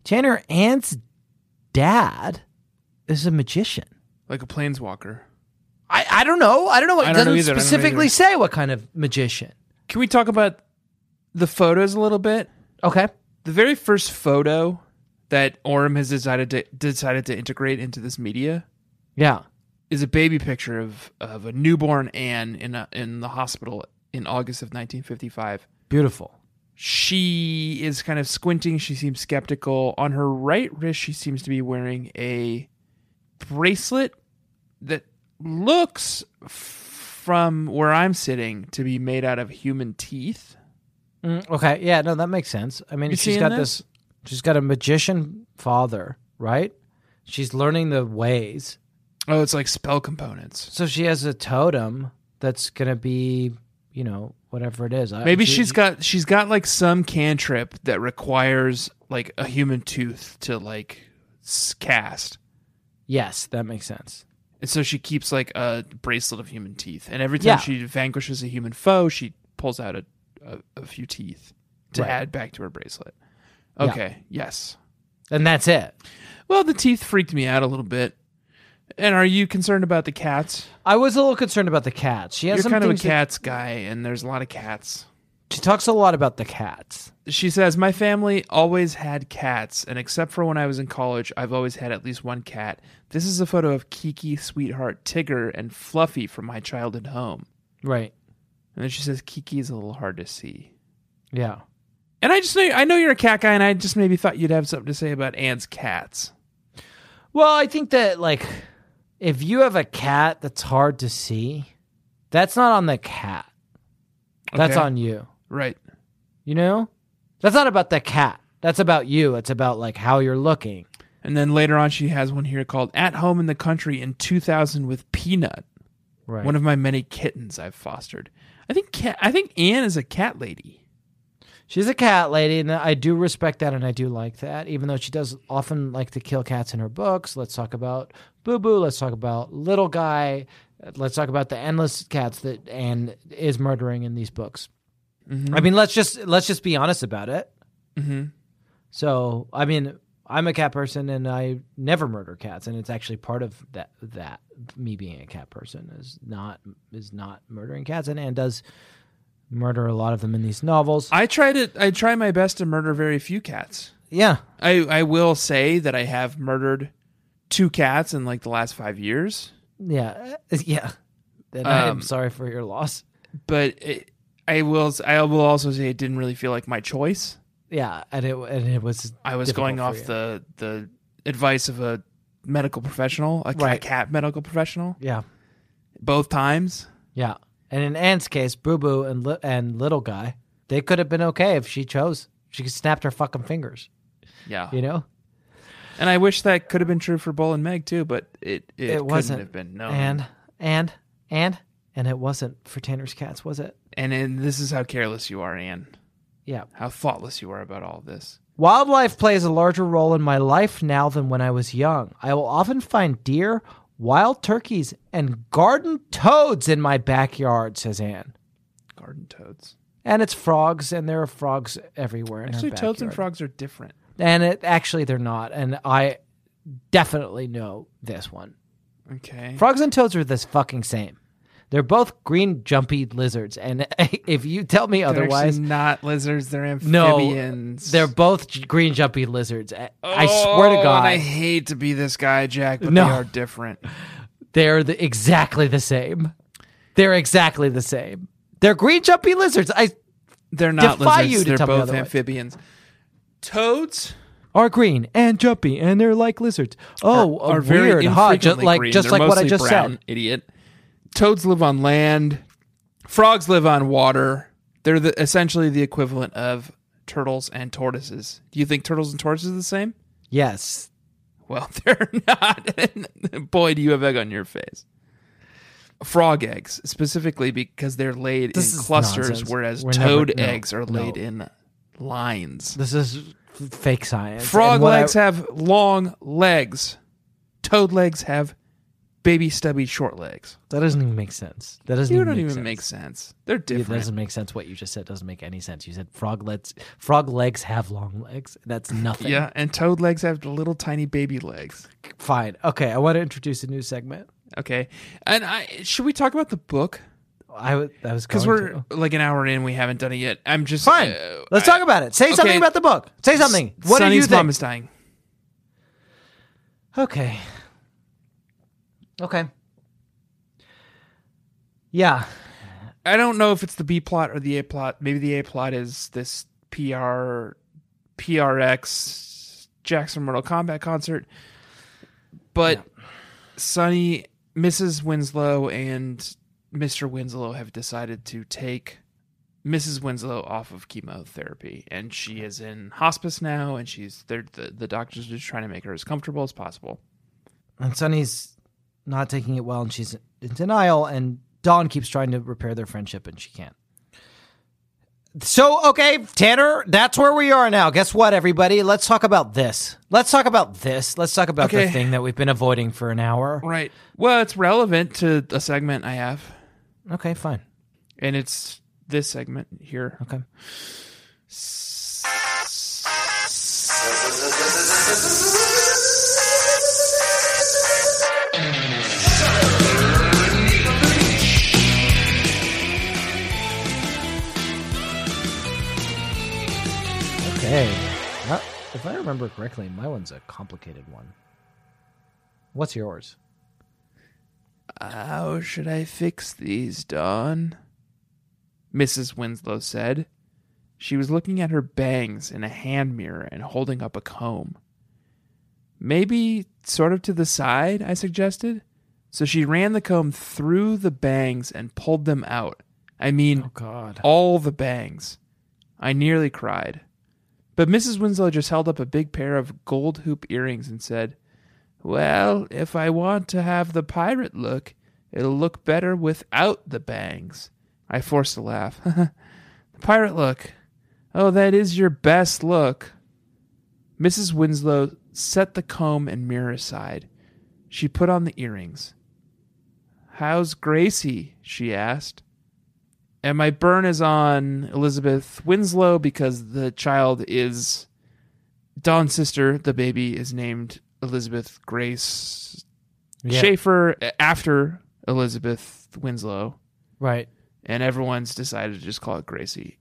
B: Tanner Ant's dad is a magician.
G: Like a planeswalker.
B: I, I don't know. I don't know. It
G: I don't know
B: doesn't
G: either. I don't know
B: specifically
G: either.
B: say what kind of magician.
G: Can we talk about the photos a little bit?
B: Okay.
G: The very first photo that Orem has decided to decided to integrate into this media
B: Yeah.
G: is a baby picture of, of a newborn Anne in a, in the hospital in August of 1955.
B: Beautiful.
G: She is kind of squinting. She seems skeptical. On her right wrist, she seems to be wearing a bracelet that looks, f- from where I'm sitting, to be made out of human teeth.
B: Mm, okay. Yeah. No, that makes sense. I mean,
G: You
B: she's
G: seeing
B: got
G: this?
B: this? She's got a magician father, right? She's learning the ways,
G: Oh, it's like spell components.
B: so she has a totem that's gonna be, you know, whatever it is. I-
G: Maybe
B: she-
G: she's got she's got like some cantrip that requires like a human tooth to like s- cast.
B: Yes, that makes sense.
G: And so she keeps like a bracelet of human teeth. And every time
B: Yeah.
G: she vanquishes a human foe, she pulls out a, a, a few teeth to
B: Right.
G: add back to her bracelet.
B: Yeah.
G: Okay, yes.
B: And that's it.
G: Well, the teeth freaked me out a little bit. And are you concerned about the cats?
B: I was a little concerned about the cat. She has
G: You're
B: some
G: kind of a
B: things that-
G: cats guy, and there's a lot of cats.
B: She talks a lot about the cats.
G: She says, My family always had cats, and except for when I was in college, I've always had at least one cat. This is a photo of Kiki, sweetheart, Tigger, and Fluffy from my childhood home.
B: Right.
G: And then she says, Kiki is a little hard to see.
B: Yeah.
G: And I just know, I know you're a cat guy, and I just maybe thought you'd have something to say about Anne's cats.
B: Well, I think that like if you have a cat that's hard to see, that's not on the cat. That's
G: Okay.
B: on you.
G: Right.
B: You know? That's not about the cat. That's about you. It's about like how you're looking.
G: And then later on, she has one here called At Home in the Country in 2000 with Peanut,
B: Right.
G: one of my many kittens I've fostered. I think cat, I think Anne is a cat lady.
B: She's a cat lady, and I do respect that, and I do like that. Even though she does often like to kill cats in her books. Let's talk about Boo Boo. Let's talk about Little Guy. Let's talk about the endless cats that Anne is murdering in these books. I mean, let's just let's just be honest about it. So, I mean, I'm a cat person, and I never murder cats, and it's actually part of that that me being a cat person is not is not murdering cats, and Anne does murder a lot of them in these novels.
G: I try to I try my best to murder very few cats.
B: yeah.
G: I I will say that I have murdered two cats in like the last 5 years,
B: Yeah, uh, yeah. Then
G: Um,
B: I'm sorry for your loss.
G: but it, I will s- I will also say it didn't really feel like my choice.
B: Yeah, and it and it was
G: I was
B: difficult
G: going
B: for
G: off
B: you.
G: the the advice of a medical professional, a ca-
B: Right.
G: cat medical professional
B: yeah
G: both times.
B: yeah. And in Anne's case, Boo Boo and li- and little guy, they could have been okay if she chose. She snapped her fucking fingers,
G: Yeah.
B: you know.
G: And I wish that could have been true for Bull and Meg too, but it it,
B: It,
G: couldn't
B: wasn't
G: have been. No.
B: and and and and it wasn't for Tanner's cats, was it?
G: and and this is how careless you are, Anne.
B: Yeah.
G: How thoughtless you are about all this.
B: Wildlife plays a larger role in my life now than when I was young. I will often find deer, wild turkeys, and garden toads in my backyard," says Anne.
G: Garden toads.
B: and it's frogs, and there are frogs everywhere. In her
G: Actually, toads and
B: backyard.
G: frogs are different.
B: And it, actually, they're not. And I definitely know this one.
G: Okay.
B: Frogs and toads are this fucking same. They're both green, jumpy lizards. And if you tell me
G: They're actually
B: otherwise,
G: not lizards. They're amphibians.
B: no, they're both j- green, jumpy lizards. I I swear
G: Oh,
B: to
G: and
B: God,
G: I hate to be this guy, Jack, but
B: No.
G: they are different.
B: they're the, exactly the same. They're exactly the same. They're green, jumpy lizards. I
G: They're not
B: Defy
G: lizards.
B: you to
G: they're
B: tell me
G: both
B: otherwise.
G: amphibians. Toads
B: are green and jumpy, and they're like lizards. Oh,
G: are
B: uh,
G: very
B: weird, huh? Just
G: infrequently
B: like
G: green.
B: just
G: They're
B: like what I
G: mostly
B: just
G: brown,
B: said.
G: Idiot. Toads live on land. Frogs live on water. They're the, essentially the equivalent of turtles and tortoises. Do you think turtles and tortoises are the same?
B: Yes,
G: Well, they're not. Boy, do you have egg on your face. Frog eggs, specifically because they're laid
B: This
G: in
B: is
G: clusters,
B: nonsense.
G: whereas
B: We're never-
G: toad
B: no,
G: eggs are laid
B: no.
G: in lines.
B: This is f- fake science.
G: Frog
B: And what I-
G: legs have long legs. Toad legs have baby stubby short legs.
B: that doesn't even make sense. That doesn't
G: You
B: even
G: don't
B: make
G: even
B: sense.
G: make sense. They're
B: It
G: different.
B: doesn't make sense. What you just said doesn't make any sense. You said frog legs. Frog legs have long legs. That's nothing.
G: yeah, and toad legs have little tiny baby legs.
B: Fine. Okay. I want to introduce a new segment.
G: Okay, and I should we talk about the book
B: I w- I was
G: because
B: because
G: we're like an hour in, we haven't done it yet. I'm just
B: fine.
G: uh,
B: Let's
G: I-
B: talk about it. Say
G: okay.
B: something about the book. Say something. What do you
G: Sonny's
B: think?
G: mom is dying.
B: Okay. Okay. Yeah.
G: I don't know if it's the B plot or the A plot. Maybe the A plot is this PR, PRX Jackson Mortal Kombat concert. But Sonny, Mrs. Winslow, and Mr. Winslow have decided to take Mrs. Winslow off of chemotherapy, and she is in hospice now. And she's they're, the the doctors are just trying to make her as comfortable as possible.
B: and Sunny's not taking it well, and she's in denial. And Dawn keeps trying to repair their friendship, and she can't. So, okay, Tanner, that's where we are now. Guess what, everybody? Let's talk about this. Let's talk about this. Let's talk about
G: Okay.
B: the thing that we've been avoiding for an hour.
G: Right. Well, it's relevant to a segment I have,
B: Okay, fine.
G: and it's this segment here.
B: Okay. Okay. Uh, if I remember correctly, my one's a complicated one. What's yours?
G: How should I fix these, Don? Mrs. Winslow said. She was looking at her bangs in a hand mirror and holding up a comb. Maybe sort of to the side, I suggested. So she ran the comb through the bangs and pulled them out. I mean,
B: God.
G: all the bangs. I nearly cried. But Mrs. Winslow just held up a big pair of gold hoop earrings and said, Well, if I want to have the pirate look, it'll look better without the bangs. I forced a laugh. the pirate look. Oh, that is your best look. Mrs. Winslow set the comb and mirror aside. She put on the earrings. How's Gracie? she asked. And my burn is on Elizabeth Winslow because the child is Dawn's sister. The baby is named Elizabeth Grace
B: Yeah.
G: Schaefer after Elizabeth Winslow.
B: Right.
G: And everyone's decided to just call it Gracie.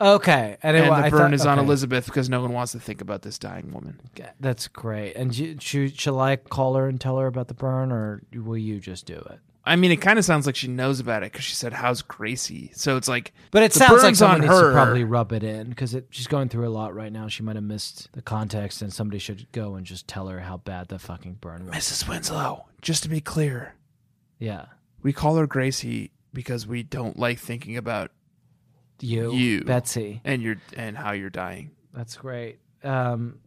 B: Okay. And,
G: And
B: it, I
G: the burn
B: thought-
G: is on
B: okay.
G: Elizabeth because no one wants to think about this dying woman.
B: That's great. And you, should, shall I call her and tell her about the burn, or will you just do it?
G: I mean, it kind of sounds like she knows about it because she said, "How's Gracie?" So it's like,
B: But it
G: the
B: sounds like
G: burn's
B: someone
G: on
B: needs to
G: her.
B: probably rub it in because she's going through a lot right now. She might have missed the context, and somebody should go and just tell her how bad the fucking burn was.
G: Mrs. Winslow. Just to be clear,
B: Yeah,
G: we call her Gracie because we don't like thinking about
B: you,
G: You.
B: Betsy.
G: and your and how you're dying.
B: That's great. Um,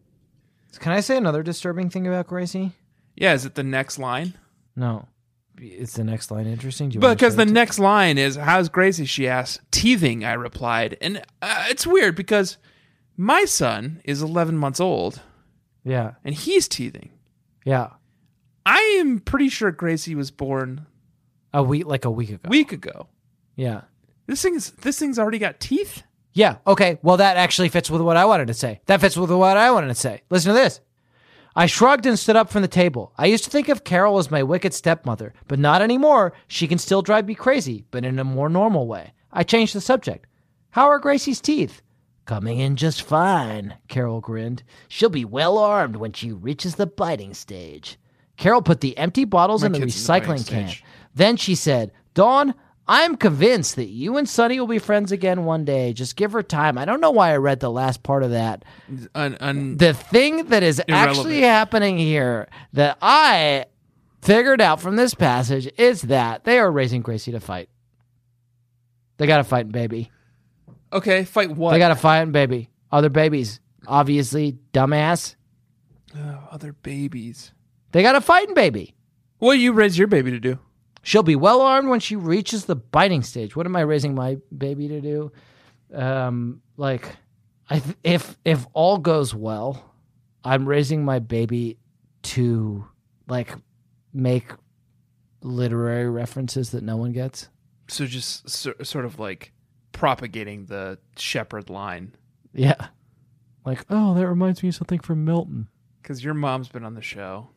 B: can I say another disturbing thing about Gracie?
G: Yeah, is it the next line?
B: No, is the next line interesting? Do you wanna
G: Because
B: say
G: the
B: it?
G: next line is, "How's Gracie?" She asked. Teething, I replied, and uh, it's weird because my son is 11 months old
B: yeah,
G: and he's teething.
B: yeah,
G: I am pretty sure Gracie was born
B: a week like a week ago.
G: a week ago.
B: yeah,
G: This thing's this thing's already got teeth.
B: Yeah. Okay. Well, that actually fits with what I wanted to say. That fits with what I wanted to say. Listen to this. I shrugged and stood up from the table. I used to think of Carol as my wicked stepmother, but not anymore. She can still drive me crazy, but in a more normal way. I changed the subject. How are Gracie's teeth? Coming in just fine, Carol grinned. She'll be well armed when she reaches the biting stage. Carol put the empty bottles
G: My
B: in the
G: kid's in the biting
B: recycling can.
G: stage.
B: Then she said, Dawn, I'm convinced that you and Sonny will be friends again one day. Just give her time. I don't know why I read the last part of that.
G: Un, un,
B: The thing that is actually
G: Irrelevant.
B: happening here that I figured out from this passage is that they are raising Gracie to fight. They got to fight, baby.
G: okay, fight what?
B: They got to fight, baby. Other babies, obviously, dumbass.
G: Oh, other babies.
B: They got to fight, baby.
G: What do you raise your baby to do?
B: She'll be well armed when she reaches the biting stage. What am I raising my baby to do? Um, like, I th- if if all goes well, I'm raising my baby to like make literary references that no one gets.
G: So just sor- sort of like propagating the shepherd line
B: Yeah, like oh, that reminds me of something from Milton.
G: because your mom's been on the show.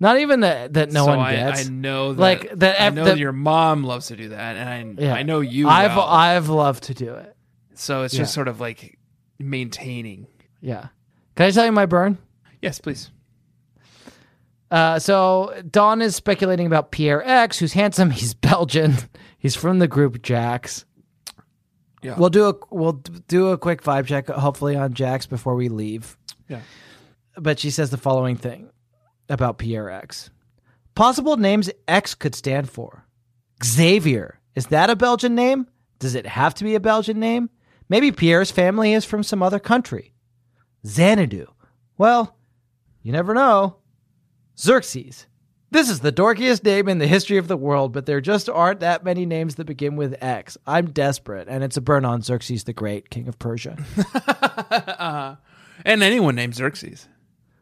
B: Not even that that no
G: so
B: one
G: I,
B: gets.
G: I know that.
B: Like, the-
G: I know
B: the-
G: your mom loves to do that, and I
B: Yeah.
G: I know you.
B: I've
G: well.
B: I've loved to do it.
G: so it's
B: yeah.
G: just sort of like maintaining.
B: Yeah. Can I tell you my burn?
G: Yes, please.
B: Uh, so Don is speculating about Pierre X, who's handsome. He's Belgian. He's from the group Jax.
G: Yeah.
B: We'll do a we'll do a quick vibe check, hopefully on Jax before we leave.
G: Yeah.
B: But she says the following thing about Pierre X: possible names X could stand for. Xavier is that a Belgian name? Does it have to be a Belgian name? Maybe Pierre's family is from some other country. Xanadu. Well, you never know. Xerxes. This is the dorkiest name in the history of the world, but there just aren't that many names that begin with X. I'm desperate, and it's a burn on Xerxes the Great, king of Persia.
G: And anyone named Xerxes.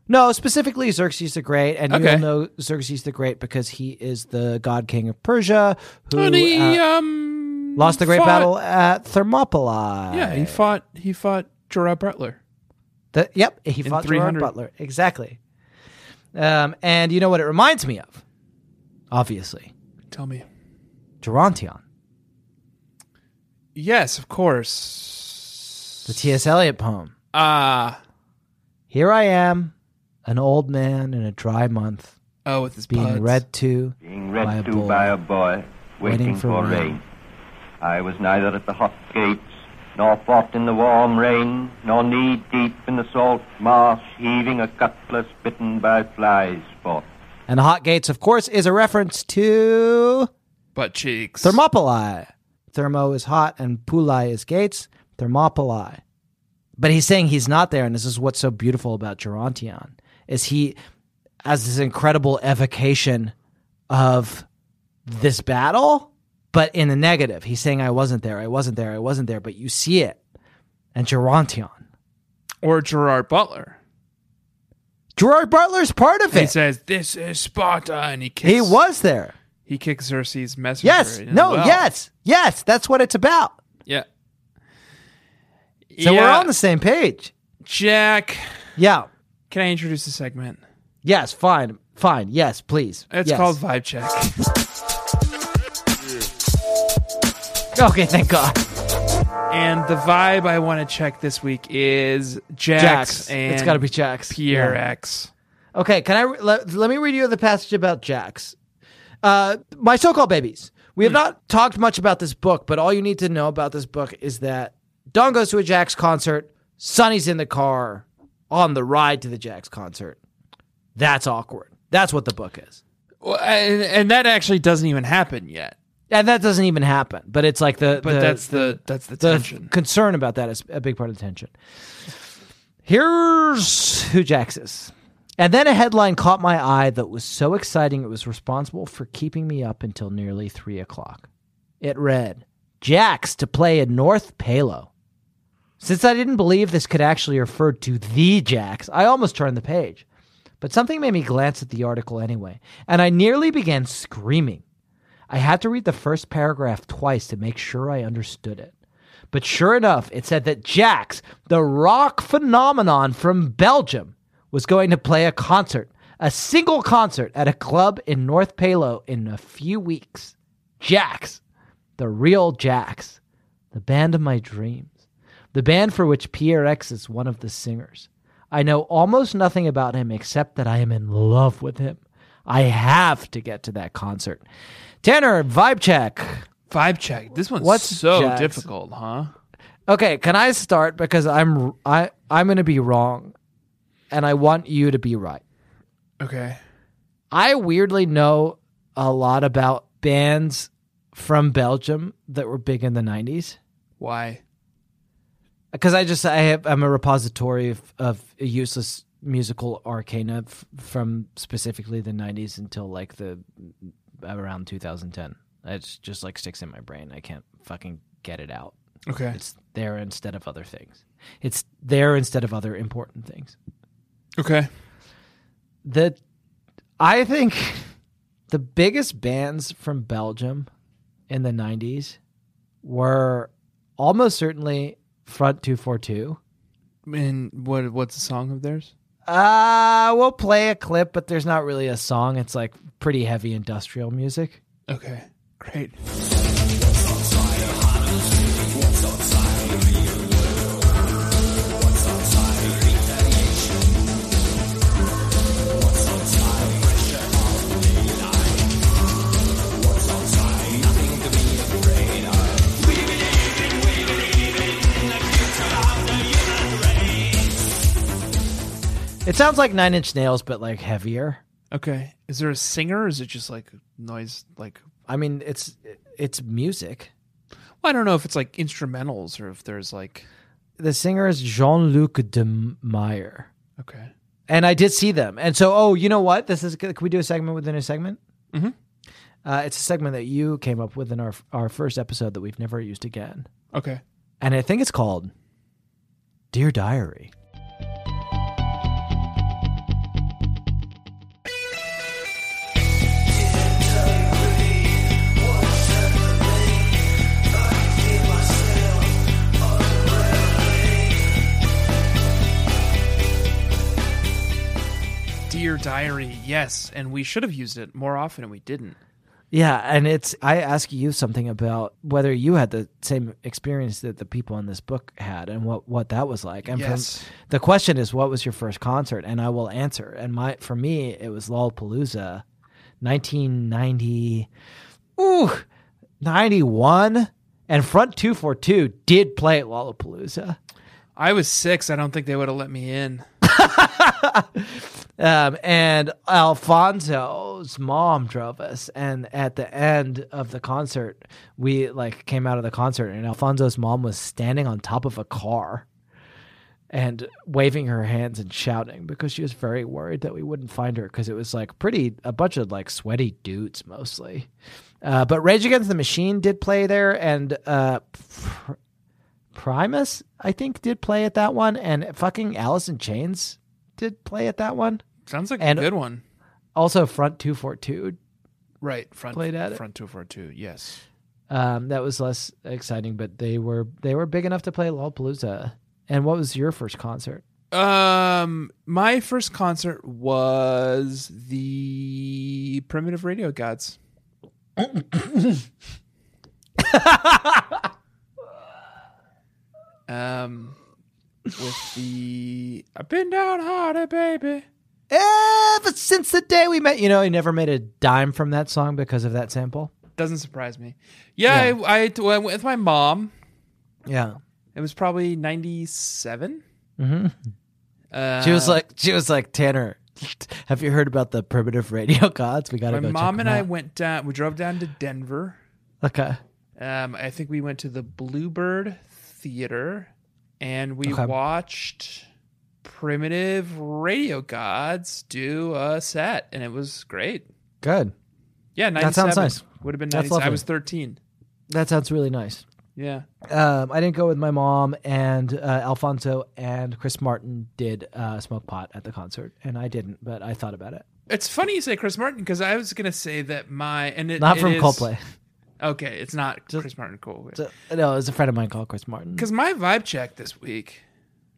B: no, specifically Xerxes the Great, and
G: Okay.
B: you'll know Xerxes the Great because he is the god king of Persia who
G: And he,
B: uh,
G: um,
B: lost the great
G: fought-
B: battle at Thermopylae.
G: Yeah, he fought. He fought Gerard Butler.
B: The- yep, he
G: In
B: fought Gerard
G: 300.
B: Butler. Exactly. Um, and you know what it reminds me of? Obviously,
G: Tell me.
B: Gerontion.
G: Yes, of course.
B: The T.S. Eliot poem.
G: Ah,
B: Here I am, an old man in a dry month,
G: oh, with his
B: being
G: buds.
B: read to
H: Being
B: by a
H: read to
B: bull.
H: by a boy,
B: Waiting
H: waiting,
B: for
H: for,
B: rain.
H: rain. I was neither at the hot gates, nor fought in the warm rain, nor knee deep in the salt marsh, heaving a cutlass bitten by flies forth.
B: And Hot Gates, of course, is a reference to
G: butt cheeks.
B: Thermopylae. Thermo is hot and pulae is gates. Thermopylae. But he's saying he's not there, and this is what's so beautiful about Gerontion is he has this incredible evocation of this battle, but in the negative. He's saying I wasn't there, I wasn't there, I wasn't there, but you see it. And Gerontion.
G: or Gerard Butler.
B: Gerard Butler's part of
G: He
B: it.
G: says, "This is Sparta," and he kicks.
B: He was there.
G: He kicks Xerxes' messenger.
B: Yes.
G: in the
B: No,
G: well.
B: yes. Yes. That's what it's about.
G: Yeah.
B: So we're
G: Yeah,
B: on the same page.
G: Jack.
B: Yeah.
G: Can I introduce the segment?
B: Yes, fine. Fine. Yes, please.
G: It's
B: Yes.
G: called Vibe Check.
B: Okay, thank God.
G: And the vibe I want to check this week is Jax.
B: Jax.
G: And
B: It's got to be Jax.
G: Pierre
B: Yeah.
G: X.
B: Okay, can I re- let, let me read you the passage about Jax. Uh, my so-called babies. We have
G: Hmm.
B: not talked much about this book, but all you need to know about this book is that Don goes to a Jax concert, Sonny's in the car on the ride to the Jax concert. That's awkward. That's what the book is.
G: Well, and, and that actually doesn't even happen yet.
B: And that doesn't even happen, but it's like the
G: But
B: the-
G: that's the that's the
B: the
G: tension.
B: concern about that is a big part of the tension. Here's who Jax is. And then a headline caught my eye that was so exciting it was responsible for keeping me up until nearly three o'clock. It read Jax to play in North Palo. Since I didn't believe this could actually refer to the Jax, I almost turned the page. But something made me glance at the article anyway, and I nearly began screaming. I had to read the first paragraph twice to make sure I understood it. But sure enough, it said that Jax, the rock phenomenon from Belgium, was going to play a concert, a single concert at a club in North Palo in a few weeks. Jax, the real Jax, the band of my dreams, the band for which PRX is one of the singers. I know almost nothing about him except that I am in love with him. I have to get to that concert. Tanner, vibe check.
G: Vibe check. This one's
B: What's
G: so
B: Jax?
G: difficult, huh?
B: Okay, can I start because I'm I I'm going to be wrong and I want you to be right.
G: Okay.
B: I weirdly know a lot about bands from Belgium that were big in the 90s
G: Why?
B: because I just I have I'm a repository of of useless musical arcana f- from specifically the 90s until like the around 2010. It's just like sticks in my brain. I can't fucking get it out.
G: Okay.
B: It's there instead of other things. It's there instead of other important things.
G: Okay.
B: The I think the biggest bands from Belgium in the 90s were almost certainly Front 242.
G: And what what's the song of theirs?
B: Uh, we'll play a clip, but there's not really a song. It's like pretty heavy industrial music.
G: Okay. Great.
B: It sounds like Nine Inch Nails, but like heavier.
G: Okay. Is there a singer or is it just like noise like
B: I mean, it's it's music.
G: well, I don't know if it's like instrumentals or if there's like
B: The singer is Jean Luc de Meyer.
G: okay.
B: and I did see them. And so, oh, you know what? This is. Can we do a segment within a segment?
G: Mhm.
B: Uh, it's a segment that you came up with in our our first episode that we've never used again,
G: Okay.
B: and I think it's called "Dear Diary."
G: Dear Diary, yes, and we should have used it more often and we didn't.
B: Yeah, and it's I ask you something about whether you had the same experience that the people in this book had and what what that was like. And from-
G: Yes.
B: the question is what was your first concert and I will answer. And my for me it was Lollapalooza 1990 ooh 91 and Front 242 did play at Lollapalooza.
G: I was six. I don't think they would have let me in.
B: Um, and Alfonso's mom drove us, and at the end of the concert, we like came out of the concert, and Alfonso's mom was standing on top of a car and waving her hands and shouting because she was very worried that we wouldn't find her because it was like pretty a bunch of like sweaty dudes mostly. Uh, but Rage Against the Machine did play there, and uh, Pr- Primus I think did play at that one, and fucking Alice in Chains did play at that one.
G: Sounds like
B: And-
G: a good one.
B: Also, Front 242.
G: Right, front
B: Played at it?
G: front two for two. Yes.
B: Um, that was less exciting, but they were they were big enough to play Lollapalooza. And what was your first concert?
G: Um, my first concert was the Primitive Radio Gods. um, with the I've been downhearted, baby.
B: Ever Eh, since the day we met, you know, I never made a dime from that song because of that sample.
G: Doesn't surprise me. Yeah,
B: Yeah.
G: I, I, I went with my mom.
B: Yeah,
G: It was probably '97.
B: Mhm.
G: Uh,
B: she was like, she was like, Tanner, have you heard about the primitive radio gods? We gotta
G: my
B: go.
G: mom
B: check
G: and
B: them
G: I
B: out."
G: went down. We drove down to Denver.
B: Okay,
G: Um, I think we went to the Bluebird Theater and we
B: Okay.
G: watched Primitive Radio Gods do a set, and it was great.
B: good.
G: Yeah,
B: That
G: 97.
B: sounds nice.
G: Would have been
B: That's
G: 97. I
B: lovely.
G: was 13.
B: That sounds really nice.
G: Yeah.
B: Um, I didn't go with my mom and uh, Alfonso and Chris Martin did uh, smoke pot at the concert, and I didn't, but I thought about it.
G: It's funny you say Chris Martin because I was going to say that my. and it,
B: Not
G: it
B: from
G: is-
B: Coldplay.
G: Okay, it's not Chris Martin Cool.
B: So, no, it was a friend of mine called Chris Martin.
G: Because my vibe check this week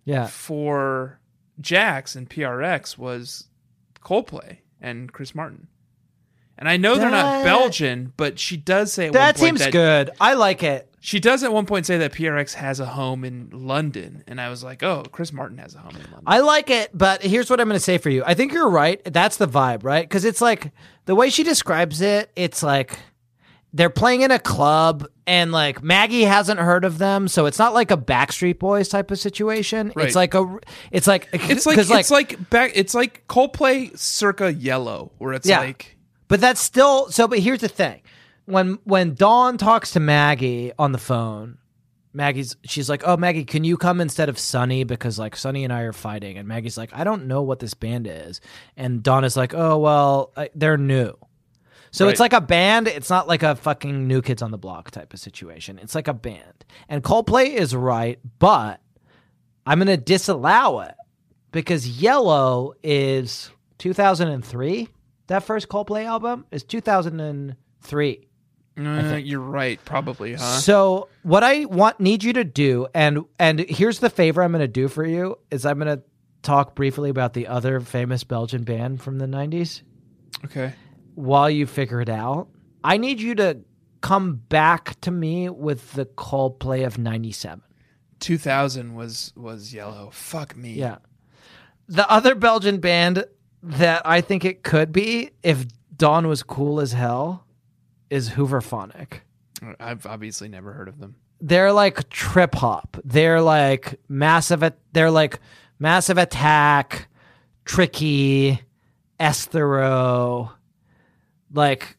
B: Yeah,
G: for Jax and PRX was Coldplay and Chris Martin. And I know they're
B: That-
G: not Belgian, but she does say at one
B: that
G: point
B: seems good. I like it.
G: She does at one point say that PRX has a home in London, and I was like, "Oh, Chris Martin has a home in London."
B: I like it, but here's what I'm going to say for you. I think you're right. That's the vibe, right? Because it's like the way she describes it. It's like they're playing in a club, and like Maggie hasn't heard of them, so it's not like a Backstreet Boys type of situation.
G: Right.
B: It's like a. It's like
G: it's like
B: 'cause,
G: it's like back it's like Coldplay circa Yellow, where it's
B: Yeah.
G: like
B: But that's still so. But here's the thing: when when Dawn talks to Maggie on the phone, Maggie's she's like, "Oh, Maggie, can you come instead of Sonny because like Sonny and I are fighting?" And Maggie's like, "I don't know what this band is," and Dawn is like, "Oh, well, I, they're new." So it's
G: Right.
B: like a band. It's not like a fucking new kids on the block type of situation. It's like a band. And Coldplay is right, but I'm going to disallow it because Yellow is 2003. That first Coldplay album is 2003.
G: uh, you're right, probably, huh?
B: So what I want need you to do, and and here's the favor I'm going to do for you is I'm going to talk briefly about the other famous Belgian band from the 90s
G: Okay,
B: while you figure it out. I need you to come back to me with the Coldplay of '97.
G: 2000 was was Yellow. Fuck me.
B: Yeah. The other Belgian band that I think it could be if Dawn was cool as hell is Hooverphonic.
G: I've obviously never heard of them.
B: they're like trip hop. They're like massive. At, they're like massive attack, tricky, esthero, like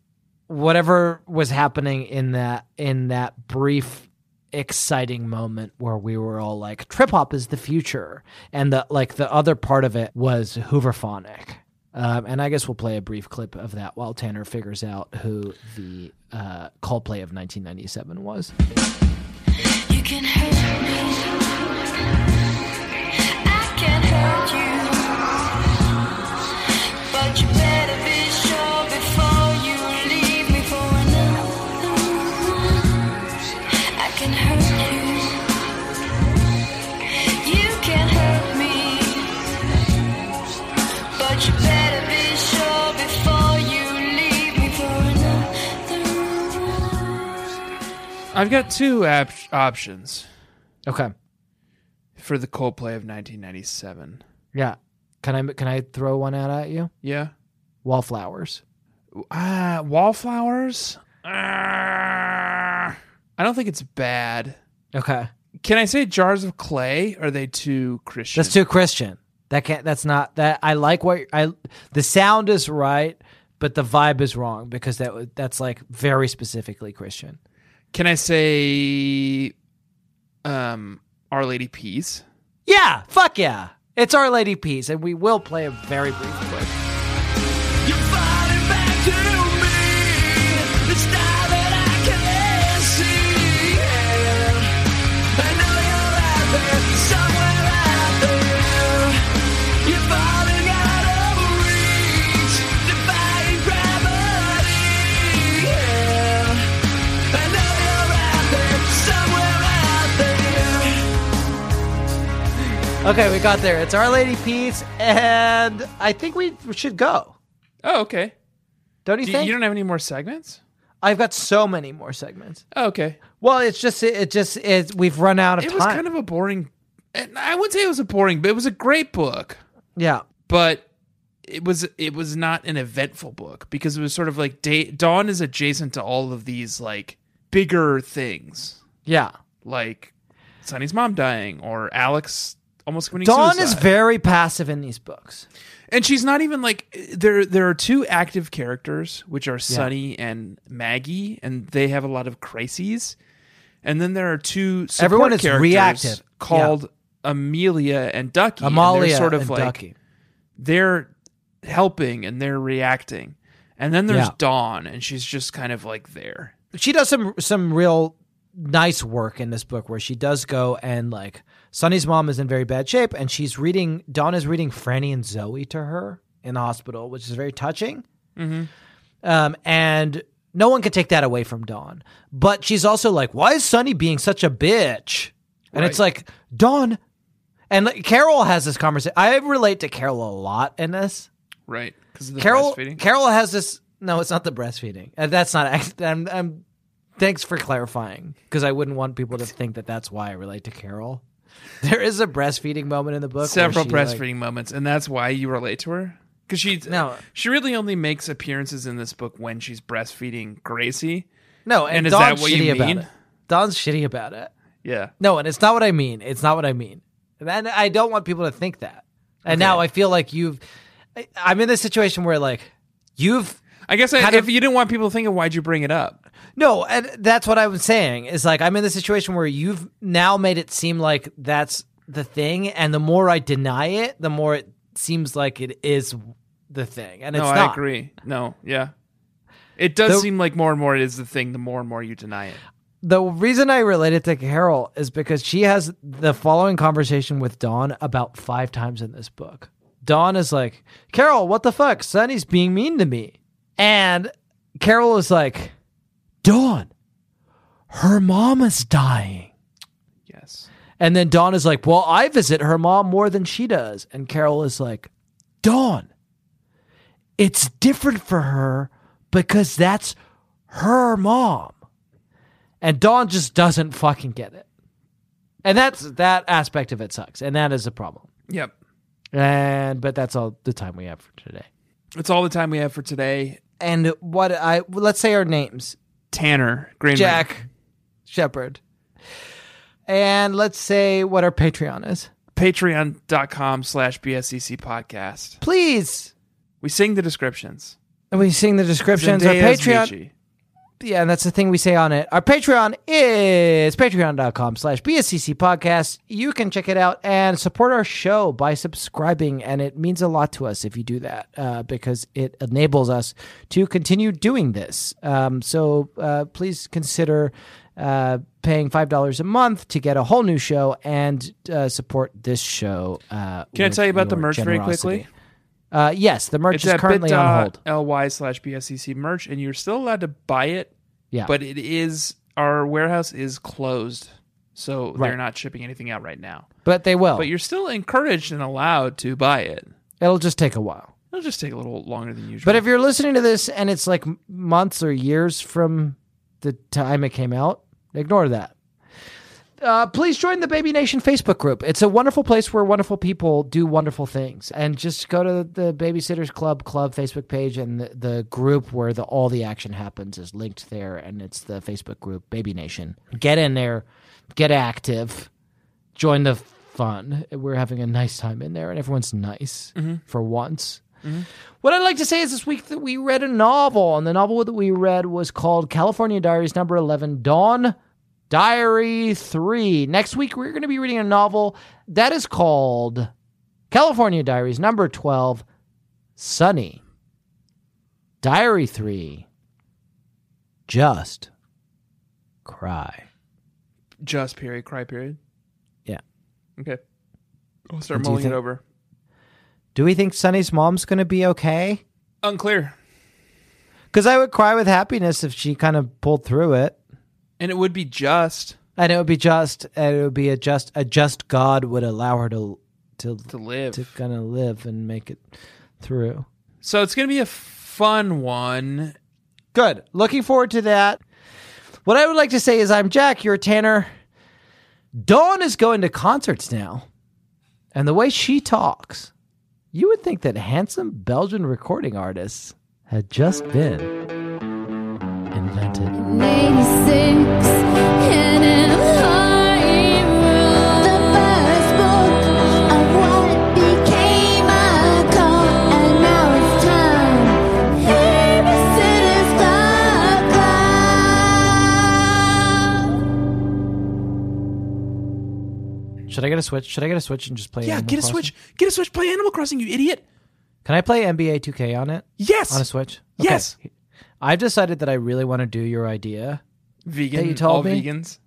B: whatever was happening in that in that brief exciting moment where we were all like trip hop is the future and the like the other part of it was hooverphonic um, and i guess we'll play a brief clip of that while tanner figures out who the uh, call play of 1997 was
I: You can hurt me. I can hurt you. But you better be sure before you leave me for another one. I can hurt you. You can hurt me. But you better be sure before you leave me for another
G: I've got two ap- options
B: Okay.
G: for the Coldplay of 1997.
B: Yeah. Can I can I throw one out at you?
G: Yeah.
B: Wallflowers.
G: Ah, wallflowers. Ah. I don't think it's bad.
B: Okay.
G: Can I say jars of clay? Are they too Christian?
B: That's too Christian. That can't. That's not that. I like what I. The sound is right, but the vibe is wrong because that would- that's like very specifically Christian.
G: Can I say, um, Our Lady Peace?
B: Yeah. Fuck yeah. It's Our Lady Peace, and we will play a very brief clip. Okay, we got there. It's Our Lady Peace, and I think we should go.
G: Oh, okay.
B: Don't you
G: Do you,
B: think?
G: you don't have any more segments?
B: I've got so many more segments.
G: Oh, okay.
B: Well, it's just it, it just it, we've run out of
G: It
B: time.
G: was kind of a boring. and I wouldn't say it was a boring, but it was a great book.
B: yeah.
G: But it was it was not an eventful book because it was sort of like day, dawn is adjacent to all of these like bigger things
B: Yeah.
G: like Sonny's mom dying or Alex almost committing
B: Dawn
G: suicide.
B: is very passive in these books.
G: and she's not even like there there are two active characters which are Sonny and Maggie and they have a lot of crises and then there are two support
B: Everyone is
G: characters
B: reactive.
G: called Amelia and Ducky and they're
B: Amalia
G: sort of
B: and
G: like
B: Ducky.
G: they're helping and they're reacting and then there's
B: Yeah.
G: Dawn and she's just kind of like there
B: she does some some real nice work in this book where she does go and like Sonny's mom is in very bad shape and she's reading Dawn is reading Franny and Zoe to her in the hospital, which is very touching.
G: Mm-hmm.
B: Um, and no one can take that away from Dawn. But she's also like, why is Sonny being such a bitch? And it's
G: Right.
B: like, Dawn. And like, Carol has this conversation. I relate to Carol a lot in this.
G: right because of the
B: Carol
G: breastfeeding
B: Carol has this. No, it's not the breastfeeding. Uh, That's not. act- I'm. I'm thanks for clarifying because I wouldn't want people to think that that's why I relate to Carol. There is a breastfeeding moment in the book. where
G: several
B: she, like-
G: breastfeeding moments, and that's why you relate to her because she
B: No.
G: she really only makes appearances in this book when she's breastfeeding Gracie.
B: no, and,
G: And is
B: Dawn's
G: that what you
B: shitty about
G: mean?
B: it. Don's shitty about it.
G: Yeah,
B: No, and it's not what I mean. It's not what I mean. And I don't want people to think that. And now I feel like you've. I, I'm in this situation where like you've
G: I guess I,
B: How do-
G: if you didn't want people thinking, why'd you bring it up?
B: No, and that's what I was saying. Is like I'm in the situation where you've now made it seem like that's the thing, and the more I deny it, the more it seems like it is the thing, and
G: No,
B: it's
G: I
B: not.
G: agree. No, yeah, it does
B: The-
G: seem like more and more it is the thing. The more and more you deny it.
B: The reason I related to Carol is because she has the following conversation with Dawn about five times in this book. Dawn is like, Carol, what the fuck? Sonny's being mean to me. And Carol is like, Dawn, her mama's dying.
G: Yes,
B: And then Dawn is like, Well, I visit her mom more than she does. And Carol is like, Dawn, it's different for her because that's her mom. And Dawn just doesn't fucking get it. And that's that aspect of it sucks. And that is a problem.
G: yep.
B: And but that's all the time we have for today.
G: It's all the time we have for today.
B: And what I let's say our names.
G: Tanner Greenman.
B: Jack Shepard. And let's say what our Patreon is.
G: Patreon.com slash BSCC podcast.
B: Please
G: We sing the descriptions.
B: And we sing the descriptions. Our
G: Zendaya's
B: Patreon,
G: Michi.
B: yeah, and that's the thing we say on it. Our Patreon is patreon.com slash BSCC podcast. You can check it out and support our show by subscribing. And it means a lot to us if you do that uh, because it enables us to continue doing this. Um, so uh, please consider uh, paying $5 a month to get a whole new show and uh, support this show. Uh,
G: Can I
B: with
G: tell you about the
B: your
G: merch very quickly?
B: generosity. Uh, yes, the merch
G: It's
B: is
G: at
B: currently on hold.
G: bit.ly slash BSCC merch, and you're still allowed to buy it,
B: Yeah.
G: but it is our warehouse is closed, so
B: Right. Oh.
G: they're not shipping anything out right now.
B: but they will.
G: But you're still encouraged and allowed to buy it.
B: It'll just take a while.
G: It'll just take a little longer than usual.
B: But if you're listening to this and it's like m- months or years from the time it came out, Ignore that. Uh, please join the Baby Nation Facebook group. It's a wonderful place where wonderful people do wonderful things. And just go to the Babysitters Club Club Facebook page, and the, the group where the all the action happens is linked there. And it's the Facebook group Baby Nation. Get in there, get active, join the fun. We're having a nice time in there, and everyone's nice for once. What I'd like to say is this week that we read a novel, and the novel that we read was called California Diaries Number 11 Dawn Diary 3. Next week, we're going to be reading a novel that is called California Diaries Number 12 Sunny. Diary 3 Just Cry.
G: Just period, cry period.
B: Yeah.
G: Okay. I'll start
B: What do you
G: mulling it
B: think?
G: over.
B: Do we think Sunny's mom's going to be okay?
G: Unclear.
B: Because I would cry with happiness if she kind of pulled through it.
G: And it would be just
B: and it would be just and it would be a just a just god would allow her to to
G: to live.
B: to kind of live and make it through
G: So it's going to be a fun one.
B: good looking forward to that what i would like to say is i'm jack you're tanner dawn is going to concerts now and the way she talks you would think that handsome belgian recording artists had just been invented
I: 86 and am high The first book of what became a cult, and now it's time. Babysitter's Club.
B: should i get a switch should i get a switch and just play
G: Yeah,
B: Animal
G: get a
B: Crossing?
G: Switch. Get a Switch. Play Animal Crossing, you idiot.
B: can i play nba 2k on it
G: Yes.
B: on a switch
G: Yes.
B: I've decided that I really want to do your idea.
G: Vegan.
B: That you told
G: all
B: me?
G: vegans.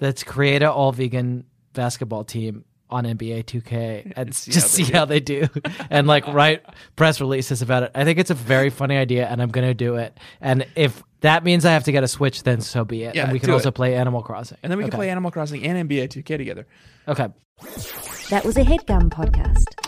B: Let's create an all vegan basketball team on NBA 2K and
G: see
B: just
G: how
B: see
G: they
B: how they do and like write press releases about it. I think it's a very funny idea and I'm going to do it. And if that means I have to get a Switch, then so be it.
G: Yeah,
B: and we can
G: do
B: also
G: it.
B: play Animal Crossing.
G: And then we
B: okay.
G: can play Animal Crossing and NBA 2K together.
B: Okay.
A: That was a headgum podcast.